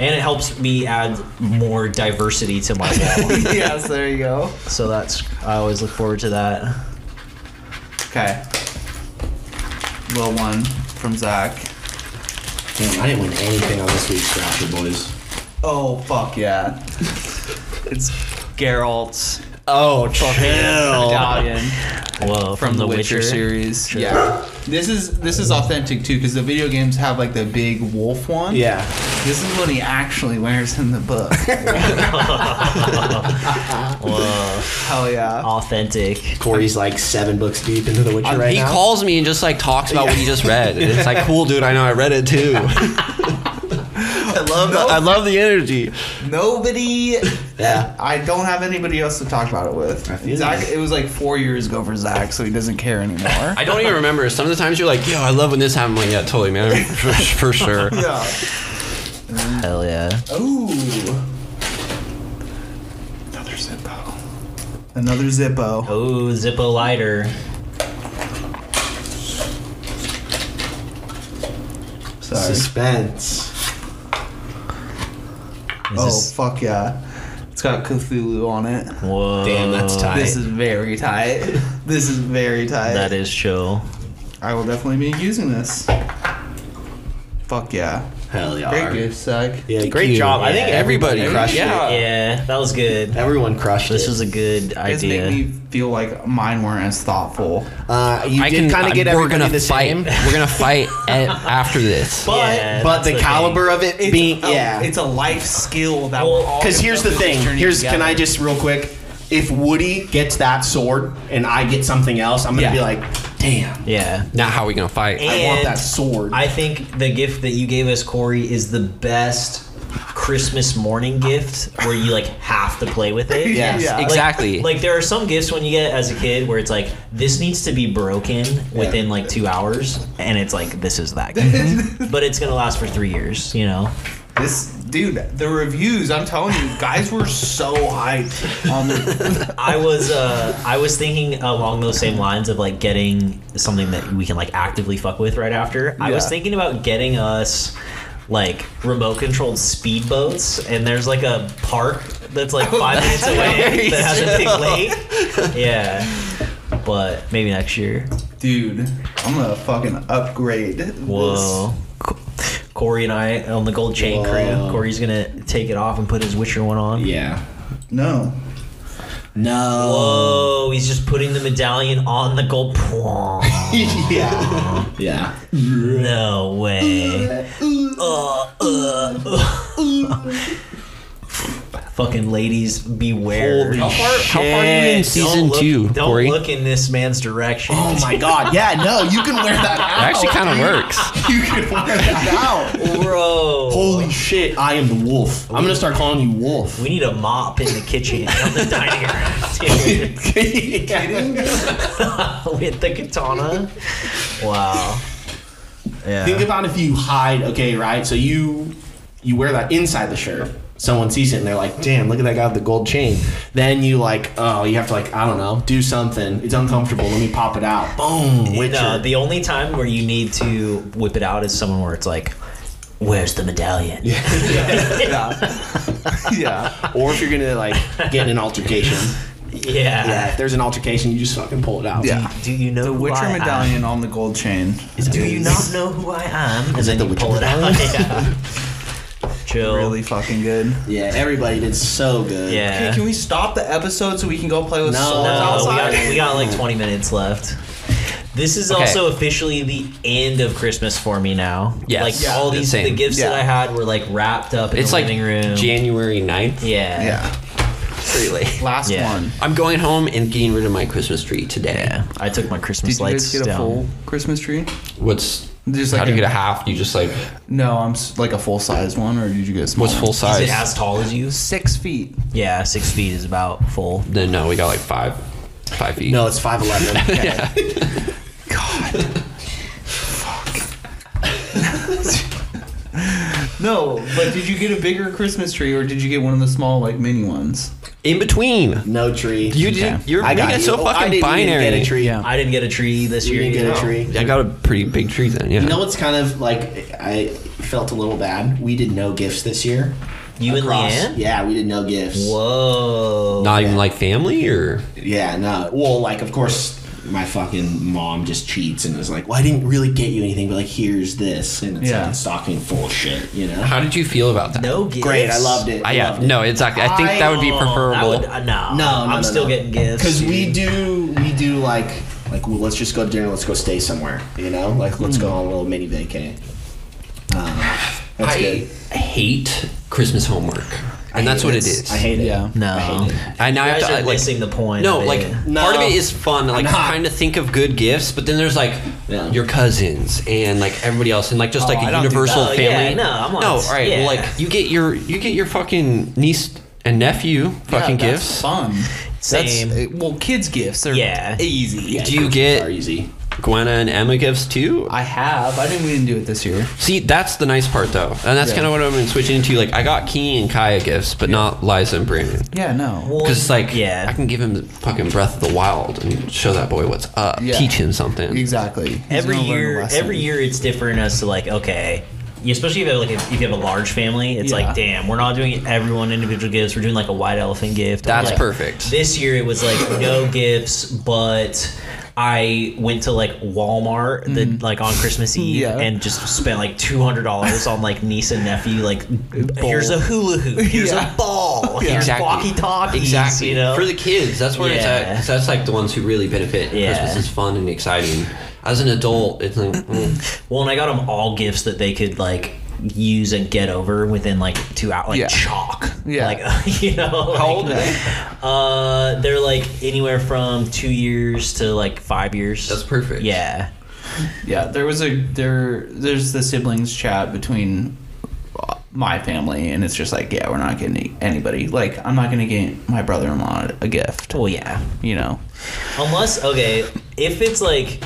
[SPEAKER 1] And it helps me add more diversity to my wall.
[SPEAKER 4] yes, there you go.
[SPEAKER 1] so that's I always look forward to that.
[SPEAKER 4] Okay. Little one from Zach.
[SPEAKER 2] Damn, I didn't win anything on this week's Scratcher, boys.
[SPEAKER 4] Oh fuck yeah. it's Geralt's
[SPEAKER 6] Oh,
[SPEAKER 4] Italian
[SPEAKER 1] Whoa,
[SPEAKER 4] from, the, Witcher, series. Yeah. This is this is authentic too, because the video games have like the big wolf one.
[SPEAKER 6] Yeah.
[SPEAKER 4] This is what he actually wears in the book.
[SPEAKER 1] Whoa,
[SPEAKER 4] Hell yeah.
[SPEAKER 1] authentic.
[SPEAKER 2] Corey's like seven books deep into The Witcher
[SPEAKER 3] he calls me and just like talks about what he just read. And it's like, cool, dude. I know I read it too. I love. The, I love the energy.
[SPEAKER 4] Nobody
[SPEAKER 2] yeah.
[SPEAKER 4] I don't have anybody else to talk about it with.
[SPEAKER 2] feel
[SPEAKER 4] Zach,
[SPEAKER 2] you.
[SPEAKER 4] it was like four years ago for Zach, so he doesn't care anymore.
[SPEAKER 3] I don't even remember. Some of the times you're like, yo, I love when this happened. I'm like, yeah, totally, man, for, for sure.
[SPEAKER 4] yeah.
[SPEAKER 1] Hell yeah.
[SPEAKER 4] Ooh. Another Zippo. Another Zippo.
[SPEAKER 1] Oh, Zippo lighter.
[SPEAKER 4] Sorry.
[SPEAKER 2] Suspense.
[SPEAKER 1] This
[SPEAKER 4] oh
[SPEAKER 1] is-
[SPEAKER 4] fuck yeah! It's got Cthulhu on it.
[SPEAKER 1] whoa.
[SPEAKER 2] Damn, that's tight.
[SPEAKER 4] This is very tight. This is very tight.
[SPEAKER 1] That is chill.
[SPEAKER 4] I will definitely be using this. Fuck yeah!
[SPEAKER 2] Hell yeah.
[SPEAKER 4] Great gift, Zach.
[SPEAKER 2] Yeah,
[SPEAKER 6] Great
[SPEAKER 2] you-
[SPEAKER 6] job. I think
[SPEAKER 3] Everybody,
[SPEAKER 6] everybody crushed it.
[SPEAKER 3] yeah.
[SPEAKER 1] yeah, that was good.
[SPEAKER 2] Everyone crushed
[SPEAKER 1] This
[SPEAKER 2] it.
[SPEAKER 1] was a good
[SPEAKER 4] This
[SPEAKER 1] idea.
[SPEAKER 4] make me feel like mine weren't as thoughtful.
[SPEAKER 2] uh, you
[SPEAKER 3] I
[SPEAKER 2] did
[SPEAKER 3] can.
[SPEAKER 2] kind
[SPEAKER 3] I-
[SPEAKER 2] of get
[SPEAKER 3] we're
[SPEAKER 2] everybody
[SPEAKER 3] gonna
[SPEAKER 2] the
[SPEAKER 3] fight.
[SPEAKER 2] same.
[SPEAKER 3] We're gonna fight a- after this.
[SPEAKER 6] But,
[SPEAKER 1] Yeah,
[SPEAKER 6] but
[SPEAKER 1] that's
[SPEAKER 6] the,
[SPEAKER 1] the thing.
[SPEAKER 6] caliber of it
[SPEAKER 4] It's
[SPEAKER 6] being,
[SPEAKER 4] a,
[SPEAKER 6] yeah.
[SPEAKER 4] Oh, it's a life skill that
[SPEAKER 1] Well,
[SPEAKER 4] we're all.
[SPEAKER 6] Because here's the
[SPEAKER 4] gonna
[SPEAKER 6] thing.
[SPEAKER 4] journey
[SPEAKER 6] Here's can I
[SPEAKER 4] together.
[SPEAKER 6] just real quick? If Woody gets that sword and I get something else, I'm gonna
[SPEAKER 4] Yeah.
[SPEAKER 6] be like, damn,
[SPEAKER 1] yeah.
[SPEAKER 3] Now, how are we gonna fight?
[SPEAKER 6] I want that
[SPEAKER 1] And
[SPEAKER 6] sword.
[SPEAKER 1] I think the gift that you gave us, Corey, is the best Christmas morning gift where you like have to play with it.
[SPEAKER 6] Yes,
[SPEAKER 4] Yeah.
[SPEAKER 1] Like-
[SPEAKER 3] exactly.
[SPEAKER 1] Like, there are some gifts when you get it as a kid where it's like this needs to be broken within like two hours, and it's like this is that
[SPEAKER 6] Mm-hmm.
[SPEAKER 1] gift, but it's gonna last for three years. You know?
[SPEAKER 4] This dude, the reviews. I'm telling you, guys were so hyped on the.
[SPEAKER 1] I was uh I was thinking along those same lines of like getting something that we can like actively fuck with right after. I was
[SPEAKER 4] Yeah.
[SPEAKER 1] thinking about getting us like remote controlled speedboats and there's like a park that's like five minutes away that has a big lake. Yeah. But maybe next year.
[SPEAKER 4] Dude, I'm gonna fucking upgrade.
[SPEAKER 1] Whoa. Co- Corey and I on the gold chain crew.
[SPEAKER 2] Whoa.
[SPEAKER 1] Corey's gonna take it off and put his Witcher one on.
[SPEAKER 2] yeah.
[SPEAKER 4] This. No.
[SPEAKER 2] No.
[SPEAKER 1] Whoa, Oh, he's just putting the medallion on the gold.
[SPEAKER 2] yeah. Yeah.
[SPEAKER 1] No way. Uh, uh, Fucking ladies, beware.
[SPEAKER 4] Holy
[SPEAKER 3] How far, how far are you
[SPEAKER 1] Don't
[SPEAKER 3] in
[SPEAKER 4] Shit.
[SPEAKER 3] season
[SPEAKER 1] look-
[SPEAKER 3] two,
[SPEAKER 1] Don't
[SPEAKER 3] Corey?
[SPEAKER 1] look in this man's direction.
[SPEAKER 6] Oh my god. Yeah, no, you can wear that
[SPEAKER 3] It
[SPEAKER 6] out.
[SPEAKER 1] Oh,
[SPEAKER 3] actually kind of works.
[SPEAKER 6] you can wear that out.
[SPEAKER 1] Bro.
[SPEAKER 6] Holy shit, I am the wolf. I'm gonna start calling you wolf.
[SPEAKER 1] We need a mop in the kitchen on the dining room dude, with the katana. Wow.
[SPEAKER 6] Yeah.
[SPEAKER 2] Think
[SPEAKER 3] Uh-huh.
[SPEAKER 6] Think
[SPEAKER 2] about if you hide, okay, right? So you you wear that inside the shirt. Someone sees it and they're like, "Damn, look at that guy with the gold chain." Then you like, oh, you have to like, I don't know, do something. It's uncomfortable. Let me pop it out. Boom, Witcher.
[SPEAKER 1] No, the only time where you need to whip it out is someone where it's like, where's the medallion?
[SPEAKER 4] yeah. yeah.
[SPEAKER 2] or if you're gonna like get in an altercation, yeah,
[SPEAKER 1] Yeah.
[SPEAKER 2] if there's an altercation, you just fucking pull it out.
[SPEAKER 4] Yeah.
[SPEAKER 1] Do you know
[SPEAKER 4] The
[SPEAKER 1] who
[SPEAKER 4] Witcher
[SPEAKER 1] I
[SPEAKER 4] medallion on the gold chain.
[SPEAKER 1] am? Do you not know who I am? And then you pull it out. Yeah. Chill.
[SPEAKER 4] Really fucking good.
[SPEAKER 2] Yeah, everybody did so good.
[SPEAKER 1] Yeah.
[SPEAKER 4] Hey, can we stop the episode so we can go play with
[SPEAKER 1] No,
[SPEAKER 4] swords
[SPEAKER 1] Uh,
[SPEAKER 3] Oh,
[SPEAKER 1] we
[SPEAKER 4] outside?
[SPEAKER 1] got, we got like 20 minutes left. This is
[SPEAKER 3] Okay.
[SPEAKER 1] also officially the end of Christmas for me now.
[SPEAKER 3] Yes.
[SPEAKER 1] Like
[SPEAKER 3] Yeah.
[SPEAKER 1] all these
[SPEAKER 3] Same.
[SPEAKER 1] the gifts that
[SPEAKER 4] Yeah.
[SPEAKER 1] I had were like wrapped up in
[SPEAKER 3] It's
[SPEAKER 1] the
[SPEAKER 3] like
[SPEAKER 1] living room.
[SPEAKER 3] January 9th.
[SPEAKER 1] yeah.
[SPEAKER 4] yeah.
[SPEAKER 3] Really?
[SPEAKER 4] Last
[SPEAKER 1] Yeah.
[SPEAKER 4] one.
[SPEAKER 3] I'm going home and getting rid of my Christmas tree today.
[SPEAKER 1] Yeah. I took my Christmas
[SPEAKER 4] Did you
[SPEAKER 1] lights
[SPEAKER 4] guys get a
[SPEAKER 1] down.
[SPEAKER 4] full Christmas tree?
[SPEAKER 3] What's
[SPEAKER 4] Just
[SPEAKER 3] how
[SPEAKER 4] like
[SPEAKER 3] do you
[SPEAKER 4] a-
[SPEAKER 3] get a half? You just like
[SPEAKER 4] No, I'm s- like a full size one, or did you get a small?
[SPEAKER 3] what's full
[SPEAKER 4] one?
[SPEAKER 1] Is it
[SPEAKER 3] size?
[SPEAKER 1] as tall as you?
[SPEAKER 4] Six feet.
[SPEAKER 1] Yeah, six feet is about full.
[SPEAKER 3] Then no, we got like five, five feet.
[SPEAKER 2] No, it's five eleven.
[SPEAKER 3] yeah.
[SPEAKER 4] No, but did you get a bigger Christmas tree, or did you get one of the small like mini ones?
[SPEAKER 3] In between.
[SPEAKER 2] No tree.
[SPEAKER 3] You did. You're
[SPEAKER 2] I got
[SPEAKER 3] making it
[SPEAKER 2] you.
[SPEAKER 3] so
[SPEAKER 2] Oh, I
[SPEAKER 3] fucking
[SPEAKER 2] didn't even
[SPEAKER 3] binary.
[SPEAKER 2] get a tree.
[SPEAKER 4] Yeah.
[SPEAKER 1] I didn't get a tree this
[SPEAKER 2] You
[SPEAKER 1] year.
[SPEAKER 2] didn't get a
[SPEAKER 1] either.
[SPEAKER 2] tree.
[SPEAKER 3] I got a pretty big tree then. Yeah.
[SPEAKER 2] You know what's kind of like I felt a little bad. We did no gifts this year.
[SPEAKER 1] You and
[SPEAKER 2] Across-
[SPEAKER 1] Leanne?
[SPEAKER 2] Yeah, we did no gifts.
[SPEAKER 1] Whoa.
[SPEAKER 3] Not even like family or
[SPEAKER 2] Yeah, no. Well, like of course my fucking mom just cheats and is like, "Well, I didn't really get you anything, but like here's this." And it's like
[SPEAKER 4] Yeah.
[SPEAKER 2] a stocking full of shit, you know.
[SPEAKER 3] how did you feel about that?
[SPEAKER 1] no gifts.
[SPEAKER 2] Great, I loved it.
[SPEAKER 3] I, yeah,
[SPEAKER 2] loved it.
[SPEAKER 3] no, exactly. I think that would be
[SPEAKER 1] Oh,
[SPEAKER 3] preferable.
[SPEAKER 1] that would- uh, no,
[SPEAKER 2] No, no,
[SPEAKER 1] I'm
[SPEAKER 2] no,
[SPEAKER 1] still
[SPEAKER 2] no.
[SPEAKER 1] getting gifts.
[SPEAKER 2] Because we
[SPEAKER 1] dude.
[SPEAKER 2] do, we do like, like well, let's just go to dinner. Let's go stay somewhere. You know, like let's
[SPEAKER 1] Hmm.
[SPEAKER 2] go on a little mini vacay. Um, that's
[SPEAKER 3] I
[SPEAKER 2] good.
[SPEAKER 3] hate Christmas homework,
[SPEAKER 2] I
[SPEAKER 3] and that's
[SPEAKER 2] hate
[SPEAKER 3] what
[SPEAKER 2] it.
[SPEAKER 3] it is.
[SPEAKER 2] I hate it.
[SPEAKER 4] Yeah.
[SPEAKER 1] No.
[SPEAKER 3] And now I
[SPEAKER 1] You
[SPEAKER 3] have
[SPEAKER 1] guys
[SPEAKER 3] to
[SPEAKER 1] are
[SPEAKER 3] like
[SPEAKER 1] missing the point
[SPEAKER 3] No,
[SPEAKER 1] of it.
[SPEAKER 3] like
[SPEAKER 2] No.
[SPEAKER 3] part of it is fun, like
[SPEAKER 2] I'm not.
[SPEAKER 3] trying to think of good gifts, but then there's like
[SPEAKER 2] Yeah.
[SPEAKER 3] your cousins and like everybody else, and like just like
[SPEAKER 4] I
[SPEAKER 3] a
[SPEAKER 4] don't do
[SPEAKER 3] universal
[SPEAKER 1] that. Oh, yeah,
[SPEAKER 3] family.
[SPEAKER 1] no, I'm on-
[SPEAKER 3] no, all right.
[SPEAKER 1] yeah.
[SPEAKER 3] Well, like you get your you get your fucking niece and nephew fucking
[SPEAKER 4] Yeah, that's
[SPEAKER 3] gifts.
[SPEAKER 4] Fun.
[SPEAKER 1] Same.
[SPEAKER 4] That's, uh, well, kids' gifts. They're
[SPEAKER 1] Yeah.
[SPEAKER 4] easy.
[SPEAKER 3] Do you
[SPEAKER 2] Are
[SPEAKER 3] get
[SPEAKER 2] easy.
[SPEAKER 3] Gwenna and Emma gifts too?
[SPEAKER 4] I have. I didn't. We didn't do it this year.
[SPEAKER 3] See, that's the nice part though, and that's
[SPEAKER 4] Yeah.
[SPEAKER 3] kind of what I've been switching into. Like I got Key and Kaya gifts, but not Liza and Brandon.
[SPEAKER 4] Yeah. No.
[SPEAKER 1] Well,
[SPEAKER 3] Because it's like,
[SPEAKER 1] yeah.
[SPEAKER 3] I can give him the fucking Breath of the Wild and show that boy what's up,
[SPEAKER 4] Yeah.
[SPEAKER 3] teach him something.
[SPEAKER 4] Exactly. He's
[SPEAKER 1] every
[SPEAKER 4] gonna learn a
[SPEAKER 1] year,
[SPEAKER 4] lesson.
[SPEAKER 1] every year it's different as to like, okay, you- especially if you have like if you have a large family, it's
[SPEAKER 4] Yeah.
[SPEAKER 1] like, damn, we're not doing everyone individual gifts. We're doing like a white elephant gift. Or,
[SPEAKER 3] That's
[SPEAKER 1] like,
[SPEAKER 3] perfect.
[SPEAKER 1] This year it was like no gifts, but. I went to like Walmart the, like on Christmas Eve
[SPEAKER 4] Mm. Yeah.
[SPEAKER 1] and just spent like two hundred dollars on like niece and nephew like here's a hula hoop here's
[SPEAKER 4] Yeah.
[SPEAKER 1] a ball here's walkie talkies
[SPEAKER 3] Exactly.
[SPEAKER 1] you know
[SPEAKER 3] For the kids, that's where it's at.
[SPEAKER 1] Yeah.
[SPEAKER 3] 'cause that's like the ones who really benefit.
[SPEAKER 1] Yeah.
[SPEAKER 3] Christmas is fun and exciting. As an adult, it's like, mm.
[SPEAKER 1] Well, and I got them all gifts that they could like use and get over within like two hours, like
[SPEAKER 4] Yeah.
[SPEAKER 1] chalk.
[SPEAKER 4] Yeah.
[SPEAKER 1] like you know. How
[SPEAKER 4] old are they?
[SPEAKER 1] Uh, they're like anywhere from two years to like five years.
[SPEAKER 3] That's perfect.
[SPEAKER 1] Yeah,
[SPEAKER 4] Yeah, there was a there. There's the siblings chat between my family, and it's just like, yeah, we're not getting anybody. Like, I'm not gonna get my brother-in-law a gift.
[SPEAKER 1] well, Oh, yeah.
[SPEAKER 4] You know,
[SPEAKER 1] Unless okay, if it's like.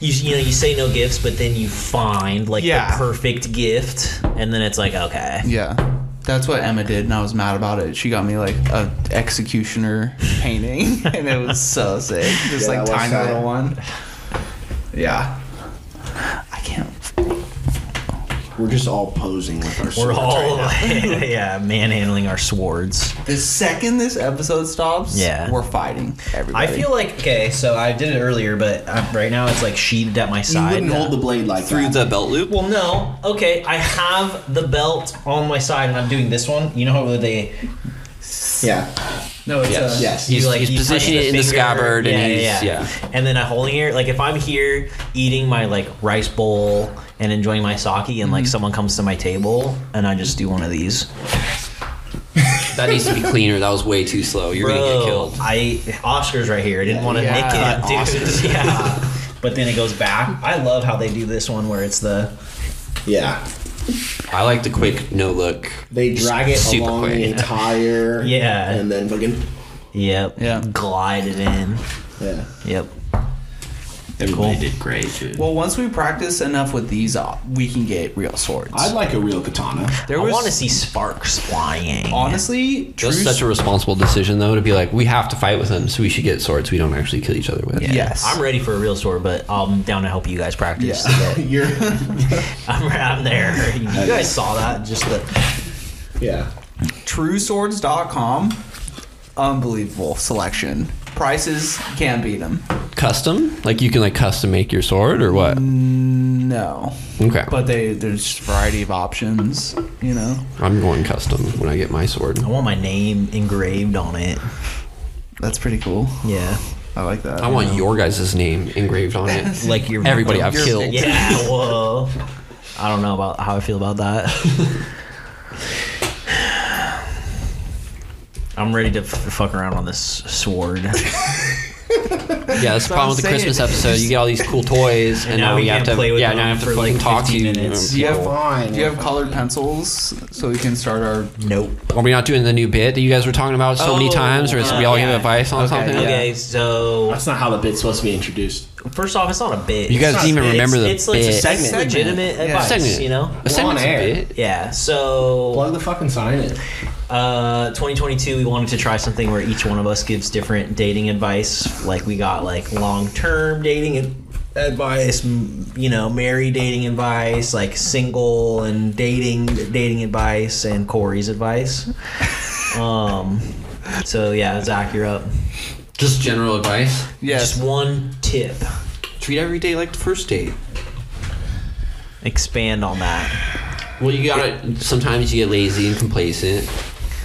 [SPEAKER 1] You, you know you say no gifts, but then you find like
[SPEAKER 4] Yeah.
[SPEAKER 1] the perfect gift, and then it's like okay,
[SPEAKER 4] Yeah. That's what Emma did, and I was mad about it. She got me like a executioner painting, and it was so sick. Just
[SPEAKER 2] Yeah,
[SPEAKER 4] like
[SPEAKER 2] what's
[SPEAKER 4] tiny
[SPEAKER 2] that?
[SPEAKER 4] little one. Yeah. I can't.
[SPEAKER 2] We're just all posing with our.
[SPEAKER 1] we're
[SPEAKER 2] swords
[SPEAKER 1] all
[SPEAKER 2] right now.
[SPEAKER 1] yeah manhandling our swords.
[SPEAKER 4] The second this episode stops,
[SPEAKER 1] Yeah.
[SPEAKER 4] we're fighting.
[SPEAKER 1] I
[SPEAKER 4] Everybody.
[SPEAKER 1] feel like okay, so I did it earlier, but i right now it's like sheathed at my
[SPEAKER 2] You
[SPEAKER 1] side.
[SPEAKER 2] wouldn't hold the blade like
[SPEAKER 3] Through
[SPEAKER 2] that.
[SPEAKER 3] the belt loop?
[SPEAKER 1] well, no, okay, I have the belt on my side, and I'm doing this one. You know how they?
[SPEAKER 2] yeah.
[SPEAKER 1] No, it's uh,
[SPEAKER 3] Yes.
[SPEAKER 2] Yes.
[SPEAKER 1] you,
[SPEAKER 3] He's- he's
[SPEAKER 1] you touch
[SPEAKER 3] positioning it in the
[SPEAKER 1] finger.
[SPEAKER 3] scabbard and he's-
[SPEAKER 1] And then I'm holding it like if I'm here eating my like rice bowl
[SPEAKER 3] Mhm.
[SPEAKER 1] and enjoying my sake, and like someone comes to my table, and I just do one of these.
[SPEAKER 3] That needs to be cleaner. That was way too slow. You're gonna get
[SPEAKER 1] Bro,
[SPEAKER 3] killed.
[SPEAKER 1] I Oscar's right here. I didn't want to
[SPEAKER 4] Yeah.
[SPEAKER 1] nick it, dude. Yeah. But then it goes back. I love how they do this one where it's the
[SPEAKER 2] Yeah.
[SPEAKER 3] I like the quick no look.
[SPEAKER 2] They drag it
[SPEAKER 3] Super
[SPEAKER 2] along the
[SPEAKER 3] quick.
[SPEAKER 2] entire.
[SPEAKER 1] Yeah.
[SPEAKER 2] And then fucking.
[SPEAKER 1] yep,
[SPEAKER 4] Yeah.
[SPEAKER 1] glide it in.
[SPEAKER 2] Yeah.
[SPEAKER 1] Yep.
[SPEAKER 7] Dude,
[SPEAKER 3] Mm.
[SPEAKER 1] cool.
[SPEAKER 7] They did great, dude.
[SPEAKER 4] Well, once we practice enough with these, uh, we can get real swords.
[SPEAKER 2] I'd like a real katana.
[SPEAKER 4] there
[SPEAKER 1] I
[SPEAKER 4] was
[SPEAKER 1] want to see sparks flying.
[SPEAKER 4] honestly true.
[SPEAKER 3] That's such a responsible decision, though, to be like, we have to fight with them, so we should get swords we don't actually kill each other with.
[SPEAKER 4] yes.
[SPEAKER 1] I'm ready for a real sword, but I'm down to help you guys practice.
[SPEAKER 2] You're.
[SPEAKER 1] I'm, I'm there. You guys saw that? Just the
[SPEAKER 2] Yeah.
[SPEAKER 4] TrueSwords.com. Unbelievable selection. Prices can't beat them.
[SPEAKER 3] Custom? Like you can like custom make your sword or what?
[SPEAKER 4] No,
[SPEAKER 3] Okay.
[SPEAKER 4] but they there's a variety of options. You know,
[SPEAKER 3] I'm going custom when I get my sword.
[SPEAKER 1] I want my name engraved on it.
[SPEAKER 4] that's pretty cool.
[SPEAKER 1] Yeah,
[SPEAKER 4] I like that.
[SPEAKER 3] I want your guys' name engraved on it.
[SPEAKER 1] like your
[SPEAKER 3] Everybody I've
[SPEAKER 4] Your-
[SPEAKER 3] killed.
[SPEAKER 1] Yeah. Whoa. I don't know about how I feel about that. I'm ready to f- fuck around on this sword.
[SPEAKER 3] Yeah, that's the
[SPEAKER 4] what I'm
[SPEAKER 3] problem with the
[SPEAKER 4] saying.
[SPEAKER 3] Christmas episode. You get all these cool toys, and,
[SPEAKER 1] now
[SPEAKER 3] now,
[SPEAKER 1] we
[SPEAKER 3] you have
[SPEAKER 1] can't
[SPEAKER 3] to
[SPEAKER 1] play with
[SPEAKER 3] yeah,
[SPEAKER 1] them
[SPEAKER 3] now I have to
[SPEAKER 1] for, like,
[SPEAKER 3] fucking talk to
[SPEAKER 1] 15
[SPEAKER 3] you.
[SPEAKER 1] minutes.
[SPEAKER 4] Do you have
[SPEAKER 2] Fine.
[SPEAKER 4] Do you have colored pencils so we can start our?
[SPEAKER 1] Nope.
[SPEAKER 3] Are we not doing the new bit that you guys were talking about so many
[SPEAKER 1] Oh,
[SPEAKER 3] times, or is
[SPEAKER 1] uh,
[SPEAKER 3] we all
[SPEAKER 1] yeah.
[SPEAKER 3] give advice on something?
[SPEAKER 1] Okay, so
[SPEAKER 2] That's not how the bit's supposed to be introduced.
[SPEAKER 1] first off, it's not a bit.
[SPEAKER 3] You guys
[SPEAKER 1] It's not
[SPEAKER 3] didn't even
[SPEAKER 1] a bit.
[SPEAKER 3] remember the
[SPEAKER 1] it's, It's
[SPEAKER 3] bit.
[SPEAKER 1] like segment,
[SPEAKER 4] Segment.
[SPEAKER 1] legitimate
[SPEAKER 4] Yeah.
[SPEAKER 1] advice,
[SPEAKER 3] Segment.
[SPEAKER 1] you know.
[SPEAKER 3] A segment's
[SPEAKER 2] on
[SPEAKER 3] a
[SPEAKER 2] air.
[SPEAKER 3] bit.
[SPEAKER 1] Yeah. So
[SPEAKER 2] Plug the fucking sign in.
[SPEAKER 1] uh, 2022, we wanted to try something where each one of us gives different dating advice. Like we got like long term dating ad- advice, m- you know, married dating advice, like single and dating dating advice, and Corey's advice. Um. So yeah, Zach, you're up.
[SPEAKER 3] Just general advice.
[SPEAKER 4] Yes.
[SPEAKER 1] Just one tip.
[SPEAKER 3] Treat every day like the first date.
[SPEAKER 1] Expand on that.
[SPEAKER 3] Well, you gotta. Sometimes you get lazy and complacent,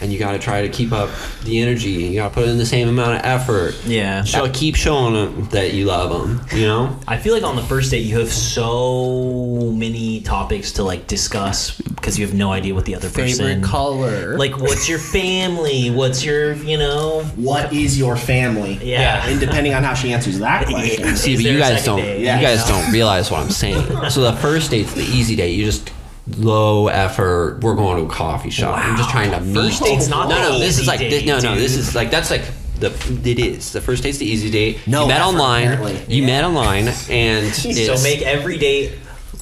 [SPEAKER 3] and you gotta try to keep up the energy. You gotta put in the same amount of effort.
[SPEAKER 1] Yeah.
[SPEAKER 3] So keep showing them that you love them. You know.
[SPEAKER 1] I feel like on the first date you have so many topics to like discuss because you have no idea what the other person
[SPEAKER 4] Favorite color.
[SPEAKER 1] like what's your family, what's your you know
[SPEAKER 6] What is your family?
[SPEAKER 1] Yeah.
[SPEAKER 6] And depending on how she answers that question.
[SPEAKER 1] Yeah.
[SPEAKER 3] See,
[SPEAKER 1] Is
[SPEAKER 3] but
[SPEAKER 1] there
[SPEAKER 3] you
[SPEAKER 1] a
[SPEAKER 3] guys
[SPEAKER 1] second
[SPEAKER 3] don't.
[SPEAKER 1] date?
[SPEAKER 3] You
[SPEAKER 1] Yeah,
[SPEAKER 3] guys
[SPEAKER 1] no.
[SPEAKER 3] don't realize what I'm saying. so the first date's the easy date. You just low effort. We're going to a coffee shop. I'm just trying to meet.
[SPEAKER 1] First date's not
[SPEAKER 3] No,
[SPEAKER 1] the
[SPEAKER 3] no. This
[SPEAKER 1] easy
[SPEAKER 3] is like.
[SPEAKER 1] date,
[SPEAKER 3] no, no. This
[SPEAKER 1] dude.
[SPEAKER 3] is like. That's like. The, it is the first date's the easy date.
[SPEAKER 6] No
[SPEAKER 3] you met
[SPEAKER 6] effort,
[SPEAKER 3] online.
[SPEAKER 6] apparently.
[SPEAKER 3] You met online, and
[SPEAKER 1] so
[SPEAKER 3] it's-
[SPEAKER 1] make every date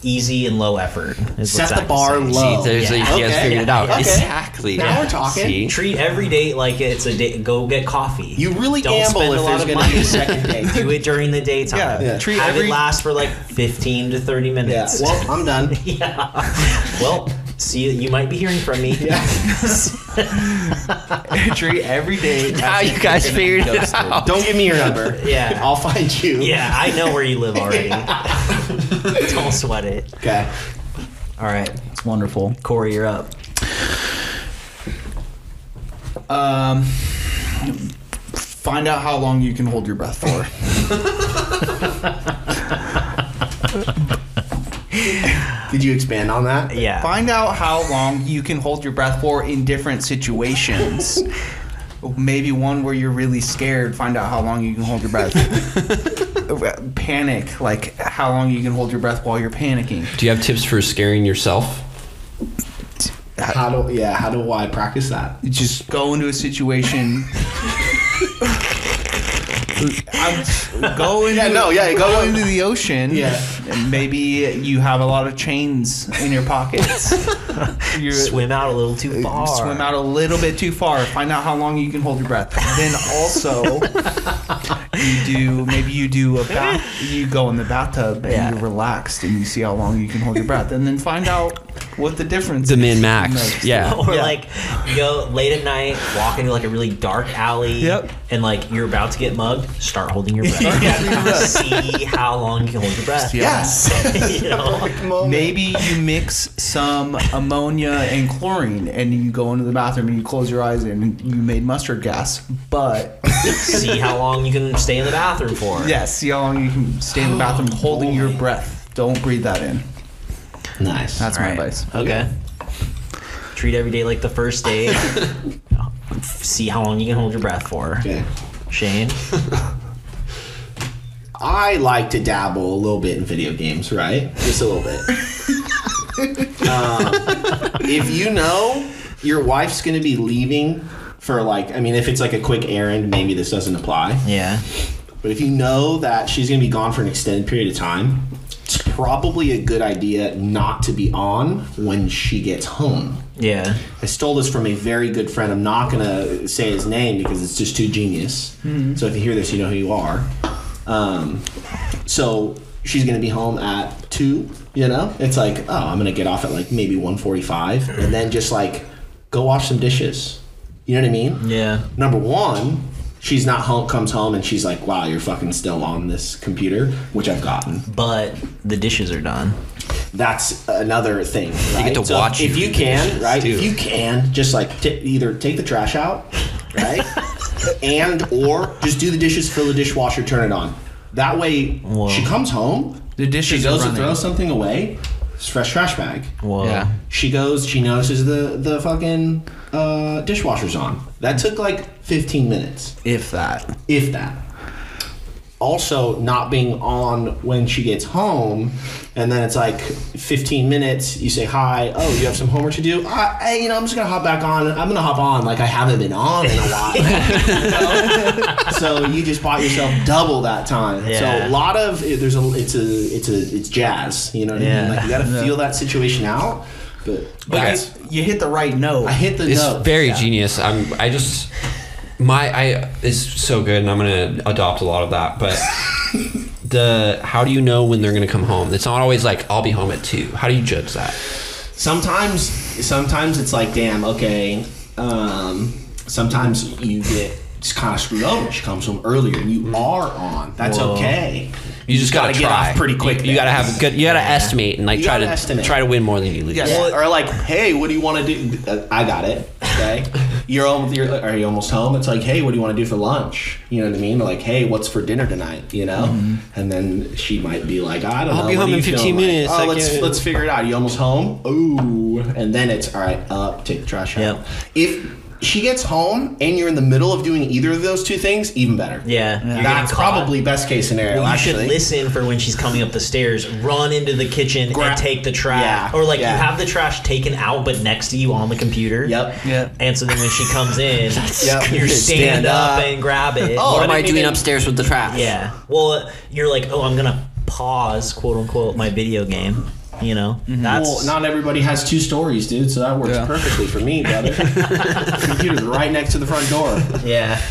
[SPEAKER 1] easy and low effort. is what
[SPEAKER 6] Set the
[SPEAKER 1] Zach is
[SPEAKER 6] bar
[SPEAKER 1] saying.
[SPEAKER 6] low.
[SPEAKER 3] See, there's
[SPEAKER 1] Oh, Yeah.
[SPEAKER 3] a, she has
[SPEAKER 6] Okay.
[SPEAKER 3] figured it out.
[SPEAKER 6] Okay.
[SPEAKER 3] Exactly.
[SPEAKER 6] Now
[SPEAKER 3] Yeah.
[SPEAKER 6] we're talking.
[SPEAKER 3] See?
[SPEAKER 1] Treat every date like it's a date. Go get coffee.
[SPEAKER 6] You really
[SPEAKER 1] Don't
[SPEAKER 6] gamble
[SPEAKER 1] spend
[SPEAKER 6] if
[SPEAKER 1] a lot
[SPEAKER 6] there's
[SPEAKER 1] of
[SPEAKER 6] gonna
[SPEAKER 1] money.
[SPEAKER 6] be a second date.
[SPEAKER 1] Do it during the daytime.
[SPEAKER 4] Yeah, yeah. Treat
[SPEAKER 1] Have
[SPEAKER 4] every-
[SPEAKER 1] it last for like fifteen to thirty
[SPEAKER 6] Yeah.
[SPEAKER 1] minutes.
[SPEAKER 6] Well, I'm done.
[SPEAKER 1] Yeah. well, see, you, you might be hearing from me.
[SPEAKER 4] Treat every day.
[SPEAKER 3] How you guys figured it out.
[SPEAKER 6] Don't give me your number.
[SPEAKER 1] Yeah.
[SPEAKER 6] I'll find you.
[SPEAKER 1] Yeah, I know where you live already. Don't sweat it.
[SPEAKER 6] Okay.
[SPEAKER 1] All right,
[SPEAKER 4] It's wonderful.
[SPEAKER 1] Corey, you're up.
[SPEAKER 4] Um, find out how long you can hold your breath for.
[SPEAKER 6] Did you expand on that?
[SPEAKER 1] Yeah.
[SPEAKER 4] Find out how long you can hold your breath for in different situations. Maybe one where you're really scared, find out how long you can hold your breath. Panic, like how long you can hold your breath while you're panicking.
[SPEAKER 3] Do you have tips for scaring yourself?
[SPEAKER 6] How do yeah? How do I practice that?
[SPEAKER 4] You Just go into a situation. I'm, go into,
[SPEAKER 6] Yeah, no, yeah,
[SPEAKER 4] go into the ocean.
[SPEAKER 6] Yeah.
[SPEAKER 4] and maybe you have a lot of chains in your pockets. You're-
[SPEAKER 1] Swim out a little too far.
[SPEAKER 4] Uh, swim out a little bit too far. Find out how long you can hold your breath. Then also, you do maybe you do a bath. You go in the bathtub and
[SPEAKER 1] Yeah.
[SPEAKER 4] you're relaxed and you see how long you can hold your breath, and then find out what the difference.
[SPEAKER 3] The
[SPEAKER 4] is.
[SPEAKER 3] min max.
[SPEAKER 4] Nice.
[SPEAKER 3] Yeah.
[SPEAKER 1] Or
[SPEAKER 4] Yeah.
[SPEAKER 1] like you go late at night, walk into like a really dark alley,
[SPEAKER 4] Yep.
[SPEAKER 1] and like you're about to get mugged. Start holding your breath. See how long you can hold your breath.
[SPEAKER 4] Yes.
[SPEAKER 1] you know?
[SPEAKER 4] Maybe you mix some ammonia and chlorine, and you go into the bathroom and you close your eyes and you made mustard gas. But
[SPEAKER 1] See how long you can stay in the bathroom for.
[SPEAKER 4] yes, see how long you can stay in the bathroom holding your breath. Don't breathe that in.
[SPEAKER 6] Nice.
[SPEAKER 4] That's
[SPEAKER 1] All
[SPEAKER 4] my
[SPEAKER 1] right.
[SPEAKER 4] advice.
[SPEAKER 1] Okay. Treat every day like the first day. See how long you can hold your breath for.
[SPEAKER 2] Okay.
[SPEAKER 1] Shane,
[SPEAKER 2] I like to dabble a little bit in video games, right? Just a little bit. Um, if you know your wife's going to be leaving for like, I mean, if it's like a quick errand, maybe this doesn't apply.
[SPEAKER 1] yeah,
[SPEAKER 2] But if you know that she's going to be gone for an extended period of time, it's probably a good idea not to be on when she gets home.
[SPEAKER 1] yeah,
[SPEAKER 2] I stole this from a very good friend. I'm not going to say his name because it's just too genius. So if you hear this, you know who you are. Um, so she's going to be home at 2, you know? It's like, oh, I'm going to get off at like maybe 145 and then just like go wash some dishes. You know what I mean?
[SPEAKER 1] yeah,
[SPEAKER 2] number one, she's not home, comes home and she's like, wow, you're fucking still on this computer, which I've gotten.
[SPEAKER 1] but the dishes are done.
[SPEAKER 2] That's another thing. Right?
[SPEAKER 3] to watch
[SPEAKER 2] If
[SPEAKER 3] you
[SPEAKER 2] you
[SPEAKER 3] do
[SPEAKER 2] can,
[SPEAKER 3] dishes,
[SPEAKER 2] right?
[SPEAKER 3] too.
[SPEAKER 2] If you can, just like t- either take the trash out, right? and or just do the dishes, fill the dishwasher, turn it on. That way,
[SPEAKER 1] Whoa.
[SPEAKER 2] she comes home,
[SPEAKER 4] The dishes
[SPEAKER 2] she goes
[SPEAKER 4] are
[SPEAKER 2] to
[SPEAKER 4] running.
[SPEAKER 2] throw something away, it's fresh trash bag.
[SPEAKER 1] Whoa.
[SPEAKER 4] Yeah.
[SPEAKER 2] She goes, she notices the the fucking uh, dishwasher's on. That took like 15 minutes
[SPEAKER 4] If that.
[SPEAKER 2] if that. Also, not being on when she gets home, and then it's like 15 minutes. You say hi. Oh, you have some homework to do. I, I- you know, I'm just gonna hop back on. I'm gonna hop on. Like I haven't been on in a while. You know? so you just bought yourself double that time.
[SPEAKER 1] Yeah.
[SPEAKER 2] So a lot of it- there's a it's a it's a it's jazz. You know what I
[SPEAKER 1] Yeah.
[SPEAKER 2] mean? Like you gotta feel that situation out. But
[SPEAKER 3] Guys,
[SPEAKER 4] You hit the right note.
[SPEAKER 2] I hit the
[SPEAKER 3] it's
[SPEAKER 2] note.
[SPEAKER 3] very genius. I'm. I just my I is so good, and I'm gonna adopt a lot of that. But the how do you know when they're gonna come home? It's not always like I'll be home at two. How do you judge that?
[SPEAKER 2] sometimes sometimes it's like damn okay um, sometimes you get just kind of screwed over she comes home earlier and you are on that's
[SPEAKER 1] Whoa.
[SPEAKER 2] okay
[SPEAKER 3] You just gotta,
[SPEAKER 2] gotta get
[SPEAKER 3] try.
[SPEAKER 2] off pretty quick
[SPEAKER 3] You,
[SPEAKER 2] then.
[SPEAKER 3] gotta have a good. You gotta estimate and like
[SPEAKER 2] You
[SPEAKER 3] try
[SPEAKER 2] gotta
[SPEAKER 3] to
[SPEAKER 2] estimate.
[SPEAKER 3] try to win more than you lose.
[SPEAKER 4] Yeah.
[SPEAKER 2] Well, or like hey what do you want to do Uh, i got it okay you're almost you're, are you almost home it's like hey what do you want to do for lunch you know what i mean like hey what's for dinner tonight you know and then she might be like i don't
[SPEAKER 3] I'll
[SPEAKER 2] know
[SPEAKER 3] be
[SPEAKER 2] what
[SPEAKER 3] home
[SPEAKER 2] are you
[SPEAKER 3] in 15
[SPEAKER 2] feeling like?
[SPEAKER 3] minutes,
[SPEAKER 2] oh
[SPEAKER 3] I
[SPEAKER 2] let's
[SPEAKER 3] can't-
[SPEAKER 2] let's figure it out you almost home ooh and then it's all right up take the trash out
[SPEAKER 1] Yep.
[SPEAKER 2] if she gets home and you're in the middle of doing either of those two things even better
[SPEAKER 1] Yeah. You're getting
[SPEAKER 2] that's
[SPEAKER 1] caught.
[SPEAKER 2] probably best case scenario
[SPEAKER 1] Well, you
[SPEAKER 2] actually
[SPEAKER 1] should listen for when she's coming up the stairs. Run into the kitchen
[SPEAKER 2] Gra-
[SPEAKER 1] and take the trash,
[SPEAKER 2] Yeah,
[SPEAKER 1] or like
[SPEAKER 2] yeah.
[SPEAKER 1] you have the trash taken out but next to you on the computer.
[SPEAKER 2] yep
[SPEAKER 4] Yeah.
[SPEAKER 1] And so then when she comes in,
[SPEAKER 2] Yep.
[SPEAKER 1] you're
[SPEAKER 3] Stand
[SPEAKER 1] stand up
[SPEAKER 3] up.
[SPEAKER 1] Oh, and grab it.
[SPEAKER 2] Oh,
[SPEAKER 3] What am
[SPEAKER 1] But
[SPEAKER 3] I
[SPEAKER 1] maybe
[SPEAKER 3] doing
[SPEAKER 1] then-
[SPEAKER 3] upstairs with the trash?
[SPEAKER 1] Yeah. Well, you're like, oh, I'm gonna pause, quote unquote, my video game. You know, that's
[SPEAKER 2] Mm-hmm. well, not everybody has two stories, dude, so that works
[SPEAKER 4] Yeah.
[SPEAKER 2] perfectly for me, brother. Computer's right next to the front door.
[SPEAKER 1] yeah.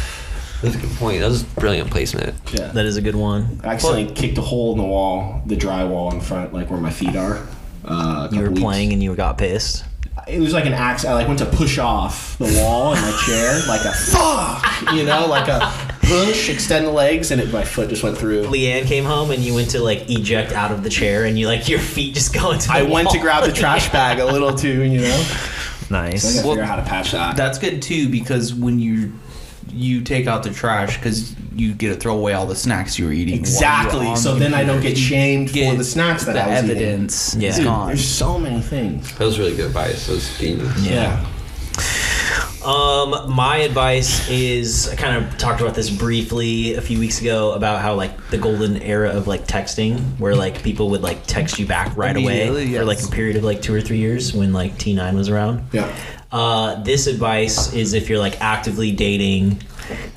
[SPEAKER 3] That's a good point. That was brilliant placement.
[SPEAKER 2] Yeah.
[SPEAKER 1] That is a good one.
[SPEAKER 2] I accidentally kicked a hole in the wall, the drywall in front, like where my feet are. Uh, a
[SPEAKER 1] You
[SPEAKER 2] couple
[SPEAKER 1] were
[SPEAKER 2] weeks-
[SPEAKER 1] playing and you got pissed.
[SPEAKER 2] It was like an axe. I like went to push off the wall in my chair, like a fuck, you know, like a push, extend the legs, and it, my foot just went through.
[SPEAKER 1] Leanne came home and you went to like eject out of the chair and you like your feet just go into. The
[SPEAKER 2] I went to
[SPEAKER 1] wall.
[SPEAKER 2] grab the trash bag a little too, you know. I
[SPEAKER 1] Nice.
[SPEAKER 2] gotta figure out how to patch that.
[SPEAKER 4] That's good too because when you you take out the trash because you get to throw away all the snacks you were eating. while you were
[SPEAKER 2] exactly.
[SPEAKER 4] on
[SPEAKER 2] So
[SPEAKER 4] the
[SPEAKER 2] then I don't
[SPEAKER 4] computer.
[SPEAKER 2] get shamed
[SPEAKER 4] You
[SPEAKER 2] for the snacks that
[SPEAKER 4] the
[SPEAKER 2] I was eating.
[SPEAKER 4] evidence
[SPEAKER 1] Yeah.
[SPEAKER 4] is
[SPEAKER 1] Dude,
[SPEAKER 4] gone.
[SPEAKER 2] There's so many things.
[SPEAKER 3] That was really good advice. That was genius.
[SPEAKER 2] Yeah.
[SPEAKER 1] Um, my advice is I kind of talked about this briefly a few weeks ago about how like the golden era of like texting, where like people would like text you back right away
[SPEAKER 4] Immediately,
[SPEAKER 1] for like a
[SPEAKER 4] yes.
[SPEAKER 1] period of like two or three years when like T nine was around.
[SPEAKER 2] Yeah.
[SPEAKER 1] Uh, this advice is if you're like actively dating,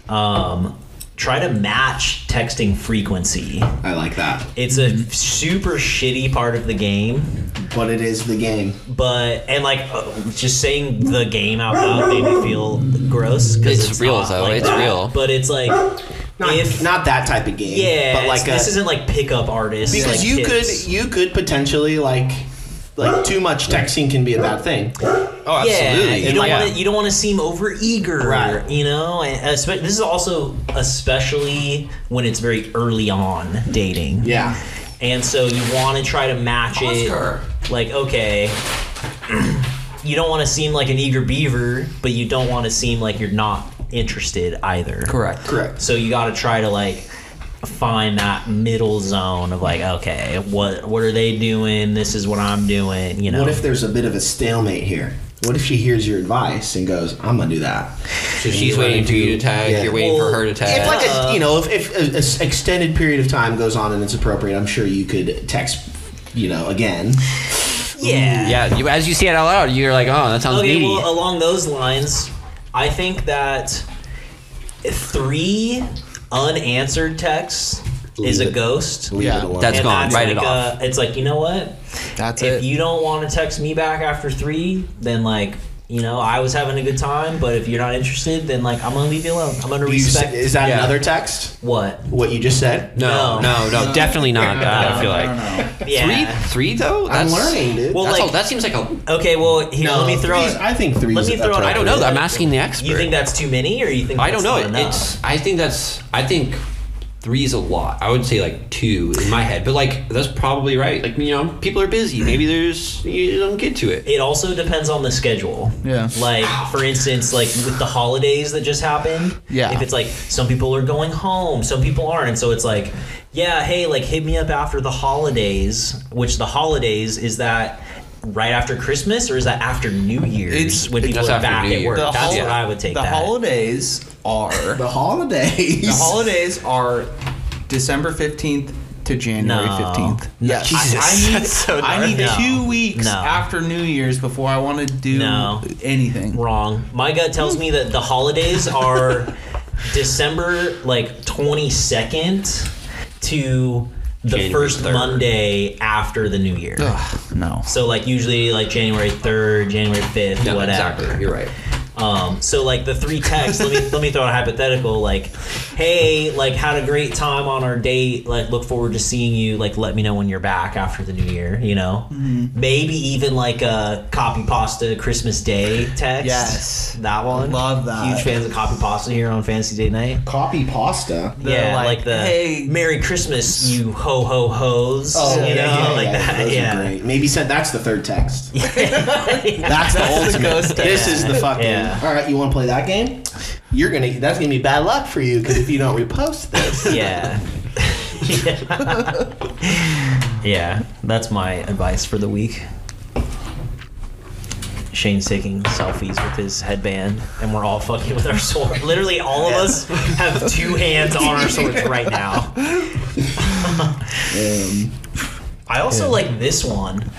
[SPEAKER 1] um, try to match texting frequency.
[SPEAKER 2] I like that.
[SPEAKER 1] It's a super shitty part of the game
[SPEAKER 2] But it is the game.
[SPEAKER 1] but and like uh, just saying the game out loud made me feel gross. 'cause
[SPEAKER 3] It's real,
[SPEAKER 1] not
[SPEAKER 3] though.
[SPEAKER 1] like
[SPEAKER 3] It's
[SPEAKER 1] that.
[SPEAKER 3] real.
[SPEAKER 1] But it's like
[SPEAKER 2] Not,
[SPEAKER 1] if
[SPEAKER 2] not that type of game.
[SPEAKER 1] yeah,
[SPEAKER 2] but like a,
[SPEAKER 1] this isn't like pickup artists
[SPEAKER 2] because
[SPEAKER 1] like,
[SPEAKER 2] you
[SPEAKER 1] kids.
[SPEAKER 2] could you could potentially like like too much texting can be a bad thing.
[SPEAKER 3] Oh,
[SPEAKER 1] Yeah, you
[SPEAKER 3] And,
[SPEAKER 1] don't
[SPEAKER 3] like,
[SPEAKER 1] want to. You don't want to seem over eager,
[SPEAKER 2] Right.
[SPEAKER 1] you know. And espe- this is also especially when it's very early on dating.
[SPEAKER 2] Yeah.
[SPEAKER 1] and so you want to try to match
[SPEAKER 3] Oscar.
[SPEAKER 1] it. Like okay, you don't want to seem like an eager beaver, but you don't want to seem like you're not interested either.
[SPEAKER 4] Correct.
[SPEAKER 2] Correct.
[SPEAKER 1] So you got to try to like find that middle zone of like, okay, what what are they doing? This is what I'm doing. You know,
[SPEAKER 2] What if there's a bit of a stalemate here? What if she hears your advice and goes, "I'm gonna do that"?
[SPEAKER 3] So she's waiting for you to tag.
[SPEAKER 2] yeah.
[SPEAKER 3] You're waiting
[SPEAKER 1] Well,
[SPEAKER 3] for her to tag.
[SPEAKER 2] If like
[SPEAKER 1] Uh,
[SPEAKER 2] a, you know, if, if a, a s- extended period of time goes on and it's appropriate, I'm sure you could text, you know, again.
[SPEAKER 1] Yeah.
[SPEAKER 3] yeah, you, as you see it out loud, you're like, oh, that sounds
[SPEAKER 1] Okay,
[SPEAKER 3] needy.
[SPEAKER 1] well, along those lines, I think that three unanswered texts is
[SPEAKER 2] Leave
[SPEAKER 1] a
[SPEAKER 2] it.
[SPEAKER 1] ghost.
[SPEAKER 2] Leave
[SPEAKER 4] Yeah.
[SPEAKER 2] it alone.
[SPEAKER 3] That's
[SPEAKER 1] And
[SPEAKER 3] gone. Write it
[SPEAKER 1] like
[SPEAKER 3] off.
[SPEAKER 1] uh, it's like you know what?
[SPEAKER 4] That's
[SPEAKER 1] if
[SPEAKER 4] it.
[SPEAKER 1] you don't want to text me back after three, then like you know I was having a good time. But if you're not interested, then like I'm gonna leave you alone. I'm gonna
[SPEAKER 2] Do you s-
[SPEAKER 1] respect
[SPEAKER 2] is that
[SPEAKER 3] Yeah.
[SPEAKER 2] another text?
[SPEAKER 1] what?
[SPEAKER 2] What you just said?
[SPEAKER 3] no, no, no, definitely
[SPEAKER 1] Oh,
[SPEAKER 3] not. that, I feel like
[SPEAKER 1] Yeah.
[SPEAKER 3] three, three though.
[SPEAKER 2] I'm learning, dude.
[SPEAKER 1] Well,
[SPEAKER 3] That's
[SPEAKER 1] like-
[SPEAKER 3] all- that seems like a.
[SPEAKER 1] Okay. Well, here, let me throw
[SPEAKER 2] three's-
[SPEAKER 1] it.
[SPEAKER 2] I think three.
[SPEAKER 1] Let me throw it-
[SPEAKER 3] I don't know. I'm asking the expert.
[SPEAKER 1] You think that's too many, or you think
[SPEAKER 3] I
[SPEAKER 1] that's
[SPEAKER 3] don't know.
[SPEAKER 1] not enough?
[SPEAKER 3] It's. I think that's. I think three is a lot. I would say like two in my head, but like that's probably right. Like you know, people are busy. Maybe there's you don't get to it.
[SPEAKER 1] It also depends on the schedule.
[SPEAKER 4] Yeah.
[SPEAKER 1] Like, for instance, like with the holidays that just happened.
[SPEAKER 4] Yeah.
[SPEAKER 1] If it's like some people are going home, some people aren't, and so it's like, yeah, hey, like hit me up after the holidays. Which the holidays is that right after Christmas or is that after New Year's
[SPEAKER 4] It's-
[SPEAKER 1] when people
[SPEAKER 3] That's
[SPEAKER 1] are
[SPEAKER 3] after
[SPEAKER 1] back
[SPEAKER 3] New
[SPEAKER 1] at work?
[SPEAKER 3] Year's.
[SPEAKER 1] That's
[SPEAKER 4] hol-
[SPEAKER 1] what I would take.
[SPEAKER 4] The
[SPEAKER 1] that.
[SPEAKER 4] holidays are
[SPEAKER 2] The holidays.
[SPEAKER 4] the holidays are December fifteenth to January
[SPEAKER 1] No.
[SPEAKER 4] fifteenth.
[SPEAKER 1] No.
[SPEAKER 4] Yes,
[SPEAKER 1] Jesus,
[SPEAKER 4] I, I need,
[SPEAKER 1] that's so
[SPEAKER 4] I
[SPEAKER 1] dark.
[SPEAKER 4] need
[SPEAKER 1] No.
[SPEAKER 4] two weeks
[SPEAKER 1] No.
[SPEAKER 4] after New Year's before I want to do
[SPEAKER 1] No.
[SPEAKER 4] anything.
[SPEAKER 1] Wrong. My gut tells me that the holidays are December like 22nd to the
[SPEAKER 3] January
[SPEAKER 1] first
[SPEAKER 3] 3rd.
[SPEAKER 1] Monday after the new year.
[SPEAKER 4] Ugh, no.
[SPEAKER 1] So like usually like January 3rd, January 5th,
[SPEAKER 3] No,
[SPEAKER 1] whatever.
[SPEAKER 3] exactly. You're right.
[SPEAKER 1] Um, so like the three texts, let me let me throw out a hypothetical like, hey, like had a great time on our date, like look forward to seeing you, like let me know when you're back after the new year, you know?
[SPEAKER 4] Mm-hmm.
[SPEAKER 1] Maybe even like a copy pasta Christmas Day text.
[SPEAKER 4] Yes.
[SPEAKER 1] That one.
[SPEAKER 4] Love that.
[SPEAKER 1] Huge fans of copy pasta here on Fantasy Date Night.
[SPEAKER 2] Copy pasta.
[SPEAKER 4] They're
[SPEAKER 1] yeah, like,
[SPEAKER 4] like,
[SPEAKER 1] the
[SPEAKER 4] "Hey." Oh,
[SPEAKER 1] Merry Christmas, you ho ho hoes. you know, Oh, like that.
[SPEAKER 2] Those
[SPEAKER 1] Yeah.
[SPEAKER 2] are great. Maybe said that's the third text.
[SPEAKER 6] That's the ultimate. this is the fucking.
[SPEAKER 1] Yeah.
[SPEAKER 2] All right, you want to play that game? You're gonna. That's gonna be bad luck for you because if you don't repost this,
[SPEAKER 1] yeah. yeah, that's my advice for the week. Shane's taking selfies with his headband, and we're all fucking with our sword. Literally, all of us have two hands on our swords right now.
[SPEAKER 4] Um,
[SPEAKER 1] I also like this one.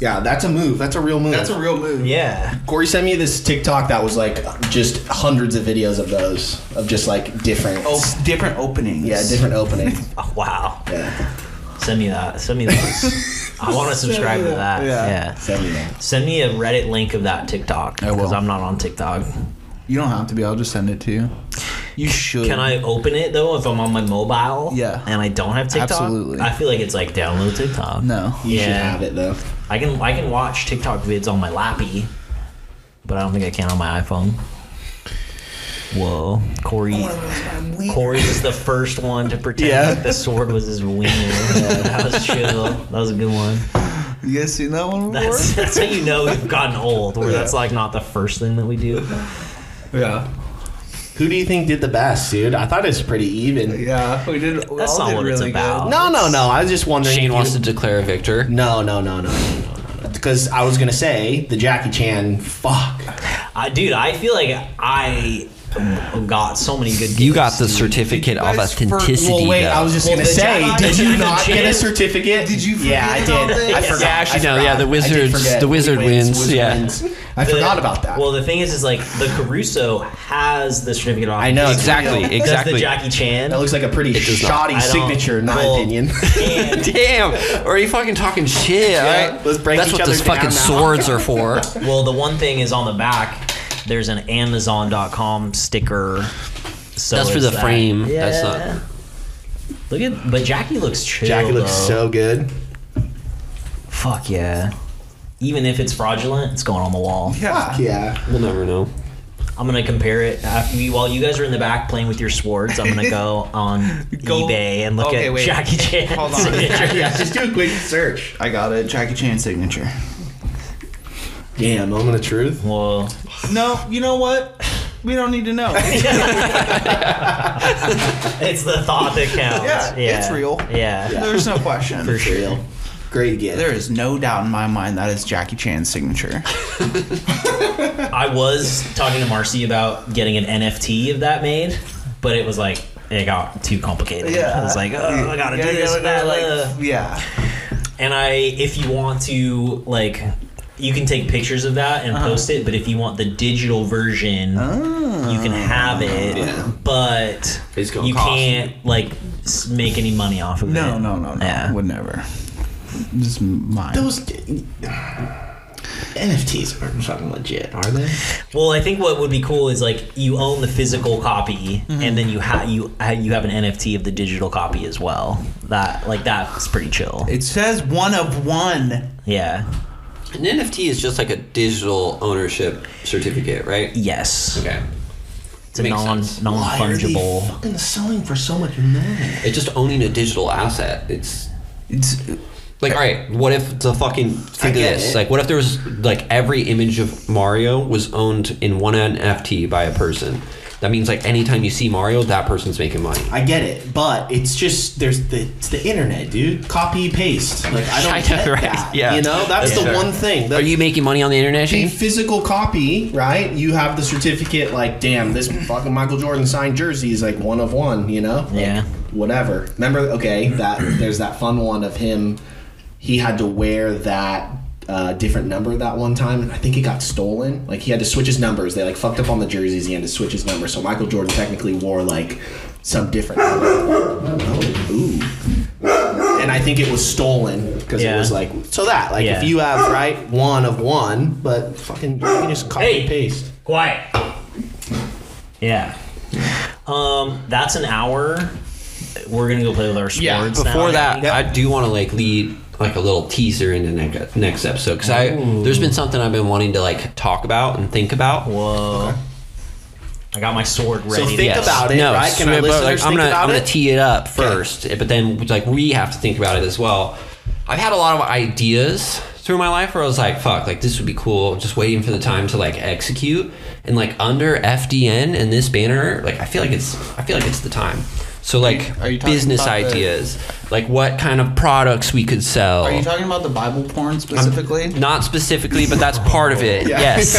[SPEAKER 6] yeah, that's a move. That's a real move.
[SPEAKER 4] That's a real move.
[SPEAKER 1] Yeah.
[SPEAKER 6] Corey sent me this TikTok that was like just hundreds of videos of those of just like different.
[SPEAKER 4] Oh, different openings.
[SPEAKER 6] Yeah, different opening.
[SPEAKER 1] Oh, wow.
[SPEAKER 6] Yeah,
[SPEAKER 1] Send me that. Send me those. I want to subscribe to that.
[SPEAKER 4] Yeah.
[SPEAKER 1] yeah.
[SPEAKER 6] send me that.
[SPEAKER 1] Send me a Reddit link of that TikTok
[SPEAKER 4] I will.
[SPEAKER 1] because I'm not on TikTok.
[SPEAKER 4] You don't have to be. I'll just send it to you. You should.
[SPEAKER 1] Can I open it though if I'm on my mobile?
[SPEAKER 4] Mm. Yeah.
[SPEAKER 1] And I don't have TikTok.
[SPEAKER 4] Absolutely.
[SPEAKER 1] I feel like it's like download TikTok.
[SPEAKER 4] No.
[SPEAKER 2] you should
[SPEAKER 1] Yeah.
[SPEAKER 2] have it though.
[SPEAKER 1] I can I can watch TikTok vids on my lappy, but I don't think I can on my iPhone. Whoa, Corey! Corey was the first one to pretend like the sword was his wiener. that was chill. That was a good one.
[SPEAKER 4] You guys seen that one before?
[SPEAKER 1] That's, that's how you know we've gotten old, where that's like not the first thing that we do.
[SPEAKER 4] yeah.
[SPEAKER 2] Who do you think did the best, dude? I thought it was pretty even.
[SPEAKER 4] Yeah. We did. we
[SPEAKER 1] That's
[SPEAKER 4] all
[SPEAKER 1] not
[SPEAKER 4] did
[SPEAKER 1] what it's
[SPEAKER 4] really
[SPEAKER 1] about.
[SPEAKER 4] Good.
[SPEAKER 2] No, no, no. I was just wondering. if
[SPEAKER 3] Shane
[SPEAKER 2] you-
[SPEAKER 3] wants to declare a victor.
[SPEAKER 2] No, no, no, no, no, no, no. Because I was gonna say the Jackie Chan. Fuck.
[SPEAKER 1] I, dude, I feel like I got so many good. Games.
[SPEAKER 3] You got the certificate of
[SPEAKER 4] guys for- well,
[SPEAKER 3] authenticity.
[SPEAKER 6] Well, wait,
[SPEAKER 3] though.
[SPEAKER 6] I was just
[SPEAKER 1] Well,
[SPEAKER 6] gonna
[SPEAKER 1] the
[SPEAKER 6] say,
[SPEAKER 1] Jedi-
[SPEAKER 6] did
[SPEAKER 1] the
[SPEAKER 6] you not get
[SPEAKER 1] Jedi-
[SPEAKER 6] a certificate?
[SPEAKER 4] Did you
[SPEAKER 6] Yeah, I
[SPEAKER 4] forget
[SPEAKER 6] did.
[SPEAKER 4] about
[SPEAKER 6] I
[SPEAKER 4] this?
[SPEAKER 6] forgot.
[SPEAKER 1] Yeah,
[SPEAKER 6] I
[SPEAKER 3] actually, no, yeah,
[SPEAKER 6] forgot.
[SPEAKER 3] the
[SPEAKER 6] I did
[SPEAKER 3] wizards-
[SPEAKER 6] forget.
[SPEAKER 3] the wizard wins,
[SPEAKER 6] wizard
[SPEAKER 3] yeah.
[SPEAKER 6] wins. I forgot about that.
[SPEAKER 1] Well, the thing is, is like the Caruso has the certificate of
[SPEAKER 6] I know
[SPEAKER 1] authenticity.
[SPEAKER 3] exactly,
[SPEAKER 1] Does
[SPEAKER 3] exactly.
[SPEAKER 1] the Jackie Chan?
[SPEAKER 6] that looks like a pretty
[SPEAKER 3] does not.
[SPEAKER 6] shoddy
[SPEAKER 1] I don't-
[SPEAKER 6] signature, in my
[SPEAKER 1] well,
[SPEAKER 6] opinion.
[SPEAKER 1] and-
[SPEAKER 3] Damn, or are you fucking talking shit?
[SPEAKER 6] Yeah,
[SPEAKER 3] all right?
[SPEAKER 6] let's break
[SPEAKER 3] That's
[SPEAKER 6] each
[SPEAKER 3] what
[SPEAKER 6] other
[SPEAKER 3] those
[SPEAKER 6] down now.
[SPEAKER 3] fucking swords are for.
[SPEAKER 1] well, the one thing is on the back. There's an Amazon.com sticker. So
[SPEAKER 3] That's for
[SPEAKER 1] it's
[SPEAKER 3] the
[SPEAKER 1] that.
[SPEAKER 3] frame.
[SPEAKER 1] Yeah.
[SPEAKER 3] That's not.
[SPEAKER 1] Look at, but Jackie looks chill.
[SPEAKER 6] Jackie looks
[SPEAKER 1] though.
[SPEAKER 6] so good.
[SPEAKER 1] Fuck yeah. Even if it's fraudulent, it's going on the wall.
[SPEAKER 4] Yeah.
[SPEAKER 6] Yeah.
[SPEAKER 3] We'll never know.
[SPEAKER 1] I'm gonna compare it after you, while you guys are in the back playing with your swords. I'm gonna go on
[SPEAKER 4] Go-
[SPEAKER 1] eBay and look
[SPEAKER 4] Okay,
[SPEAKER 1] at
[SPEAKER 4] wait.
[SPEAKER 1] Jackie Chan.
[SPEAKER 4] Hold on.
[SPEAKER 6] Yeah, just do a quick search.
[SPEAKER 4] I got it. Jackie Chan signature.
[SPEAKER 6] Yeah, moment of truth.
[SPEAKER 1] Whoa.
[SPEAKER 4] No, you know what? We don't need to know.
[SPEAKER 1] It's the thought that counts.
[SPEAKER 4] Yeah, it's real.
[SPEAKER 1] Yeah,
[SPEAKER 4] There's no question.
[SPEAKER 1] for sure.
[SPEAKER 6] Great gift.
[SPEAKER 4] There is no doubt in my mind that is Jackie Chan's signature.
[SPEAKER 1] I was talking to Marcy about getting an NFT of that made, but it was like it got too complicated. I was like, oh, I gotta
[SPEAKER 4] Yeah,
[SPEAKER 1] do this
[SPEAKER 4] yeah,
[SPEAKER 1] and that. uh.
[SPEAKER 4] like, yeah.
[SPEAKER 1] And I, if you want to, like, you can take pictures of that
[SPEAKER 4] Uh-huh.
[SPEAKER 1] and post it. But if you want the digital version,
[SPEAKER 4] Ah.
[SPEAKER 1] you can have it. But
[SPEAKER 7] It's gonna
[SPEAKER 1] you
[SPEAKER 7] cost
[SPEAKER 1] can't like s- make any money off of it.
[SPEAKER 4] No, no, no, no.
[SPEAKER 1] Yeah.
[SPEAKER 4] Would never. This is mine.
[SPEAKER 2] Those NFTs aren't fucking legit, are they?
[SPEAKER 1] Well, I think what would be cool is like you own the physical copy,
[SPEAKER 3] Mm-hmm.
[SPEAKER 1] and then you have you ha- you have an NFT of the digital copy as well. That like that's pretty chill.
[SPEAKER 4] it says one of one.
[SPEAKER 1] Yeah.
[SPEAKER 3] An NFT is just like a digital ownership certificate, right?
[SPEAKER 1] Yes.
[SPEAKER 3] Okay.
[SPEAKER 1] It's a
[SPEAKER 3] makes
[SPEAKER 1] non
[SPEAKER 3] sense.
[SPEAKER 1] non
[SPEAKER 2] Why are they
[SPEAKER 1] fungible.
[SPEAKER 2] fucking selling for so much money?
[SPEAKER 3] It's just owning a digital asset. It's
[SPEAKER 4] It's
[SPEAKER 3] like, all right, what if the fucking think of
[SPEAKER 2] get
[SPEAKER 3] this?
[SPEAKER 2] it.
[SPEAKER 3] Like, what if there was like every image of Mario was owned in one NFT by a person? That means like anytime you see Mario, that person's making money.
[SPEAKER 2] I get it, but it's just there's the it's the internet, dude. Copy paste. Like I don't
[SPEAKER 3] I know,
[SPEAKER 2] get
[SPEAKER 3] right?
[SPEAKER 2] that.
[SPEAKER 3] Yeah.
[SPEAKER 2] You know, that's the
[SPEAKER 3] Yeah.
[SPEAKER 2] one thing.
[SPEAKER 3] Are
[SPEAKER 2] That,
[SPEAKER 3] you making money on the internet?
[SPEAKER 2] the
[SPEAKER 3] Shane?
[SPEAKER 2] physical copy, right? You have the certificate. Like, damn, this fucking Michael Jordan signed jersey is like one of one. You know? Like,
[SPEAKER 1] Yeah.
[SPEAKER 2] Whatever. Remember? Okay, that there's that fun one of him. He had to wear that. Uh, different number that one time, and I think it got stolen. Like he had to switch his numbers. They like fucked up on the jerseys. He had to switch his number, so Michael Jordan technically wore like some different. Number. Ooh. And I think it was stolen because
[SPEAKER 1] Yeah.
[SPEAKER 2] it was like so that like
[SPEAKER 1] Yeah.
[SPEAKER 2] if you have right one of one, but fucking you can just copy
[SPEAKER 1] Hey.
[SPEAKER 2] and paste.
[SPEAKER 1] Quiet. Yeah. Um, that's an hour. We're gonna go play with our swords.
[SPEAKER 3] Yeah,
[SPEAKER 1] now,
[SPEAKER 3] before
[SPEAKER 1] I
[SPEAKER 3] that,
[SPEAKER 1] think.
[SPEAKER 3] I do want to like lead like a little teaser into next next episode because I there's been something I've been wanting to like talk about and think about.
[SPEAKER 1] Whoa. I got my sword ready.
[SPEAKER 2] So think
[SPEAKER 1] to-
[SPEAKER 3] Yes.
[SPEAKER 2] about it,
[SPEAKER 3] No,
[SPEAKER 2] right? Can our
[SPEAKER 3] but,
[SPEAKER 2] listeners
[SPEAKER 3] like, I'm
[SPEAKER 2] think
[SPEAKER 3] gonna,
[SPEAKER 2] about
[SPEAKER 3] I'm
[SPEAKER 2] it?
[SPEAKER 3] gonna tee it up first, but then like we have to think about it as well. I've had a lot of ideas through my life where I was like, "Fuck, like this would be cool." Just waiting for the time to like execute, and like under FDN and this banner, like I feel like it's, I feel like it's the time. So like
[SPEAKER 4] are you talking
[SPEAKER 3] business
[SPEAKER 4] about the-
[SPEAKER 3] ideas, like what kind of products we could sell.
[SPEAKER 4] Are you talking about the Bible porn specifically?
[SPEAKER 3] Not specifically, but that's part of it. Yes.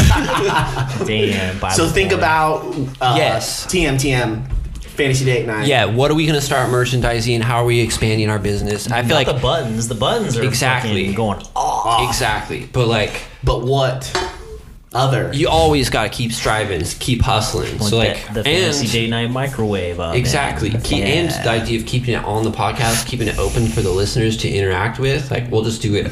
[SPEAKER 1] Damn. Bible
[SPEAKER 2] So think
[SPEAKER 1] porn.
[SPEAKER 2] about uh,
[SPEAKER 3] Yes.
[SPEAKER 2] TMTM fantasy date night.
[SPEAKER 3] Yeah. What are we going to start merchandising? How are we expanding our business? I feel
[SPEAKER 1] Not
[SPEAKER 3] like
[SPEAKER 1] the buttons. The buttons are
[SPEAKER 3] Exactly.
[SPEAKER 1] fucking going off.
[SPEAKER 2] Ah.
[SPEAKER 3] exactly, but like
[SPEAKER 2] but what other?
[SPEAKER 3] you always got to keep striving, keep hustling. so like
[SPEAKER 1] the, the fancy
[SPEAKER 3] and
[SPEAKER 1] day night microwave. Oven.
[SPEAKER 3] exactly, Keep- and
[SPEAKER 1] Yeah.
[SPEAKER 3] the idea of keeping it on the podcast, keeping it open for the listeners to interact with. Like we'll just do it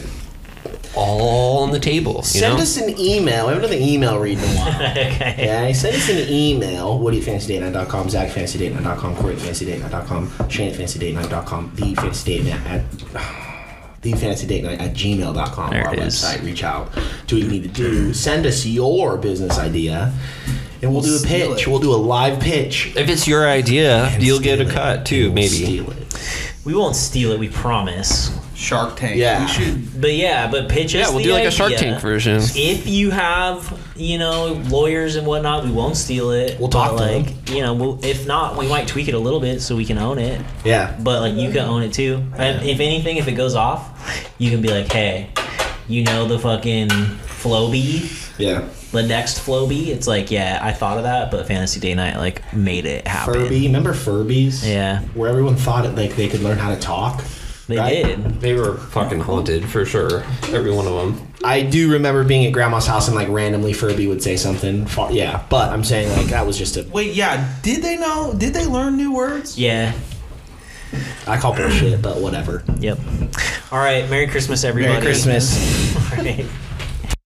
[SPEAKER 3] all on the table. You
[SPEAKER 2] Send
[SPEAKER 3] know?
[SPEAKER 2] us an email. We haven't done the email read in a while.
[SPEAKER 1] okay.
[SPEAKER 2] Yeah, send us an email. Woody at fancydatenight.com, Zach at fancydatenight.com, Corey at fancydatenight.com, Shane at fancydatenight.com, the fancydatenight at the fancydatenight at gmail.com.
[SPEAKER 1] There
[SPEAKER 2] our
[SPEAKER 1] it is.
[SPEAKER 2] website. Reach out. Do what you need to do. Send us your business idea, and we'll, do a
[SPEAKER 4] steal
[SPEAKER 2] pitch.
[SPEAKER 4] it.
[SPEAKER 2] We'll do a live pitch.
[SPEAKER 3] If it's your idea, you'll
[SPEAKER 2] steal
[SPEAKER 3] get a
[SPEAKER 2] it.
[SPEAKER 3] cut too,
[SPEAKER 2] We'll
[SPEAKER 3] maybe.
[SPEAKER 2] steal it.
[SPEAKER 1] We won't steal it. We promise.
[SPEAKER 4] Shark Tank.
[SPEAKER 2] Yeah.
[SPEAKER 4] We should.
[SPEAKER 1] But yeah, but pitch us.
[SPEAKER 3] Yeah, we'll
[SPEAKER 1] the
[SPEAKER 3] do like a Shark
[SPEAKER 1] idea.
[SPEAKER 3] Tank version.
[SPEAKER 1] If you have, you know, lawyers and whatnot, we won't steal it.
[SPEAKER 2] We'll talk
[SPEAKER 1] But,
[SPEAKER 2] to
[SPEAKER 1] like, you know, we'll, if not, we might tweak it a little bit so we can own it.
[SPEAKER 2] Yeah.
[SPEAKER 1] But like, you can own it too. And if anything, if it goes off, you can be like, hey, you know, the fucking Floby.
[SPEAKER 2] Yeah.
[SPEAKER 1] The next Floby, it's like, yeah, I thought of that, but Fantasy Day Night like made it happen.
[SPEAKER 2] Furby. Remember Furbies?
[SPEAKER 1] Yeah,
[SPEAKER 2] Where everyone thought it like they could learn how to talk.
[SPEAKER 1] they
[SPEAKER 2] Right.
[SPEAKER 1] did.
[SPEAKER 3] They were fucking haunted for sure. Every one of them.
[SPEAKER 2] I do remember being at grandma's house and like randomly Furby would say something. Fa- Yeah, but I'm saying like that was just a
[SPEAKER 4] Wait, yeah. Did they know? Did they learn new words?
[SPEAKER 1] Yeah.
[SPEAKER 2] I call bullshit, but whatever.
[SPEAKER 1] Yep. All right. Merry Christmas, everybody.
[SPEAKER 2] Christmas.
[SPEAKER 1] All right.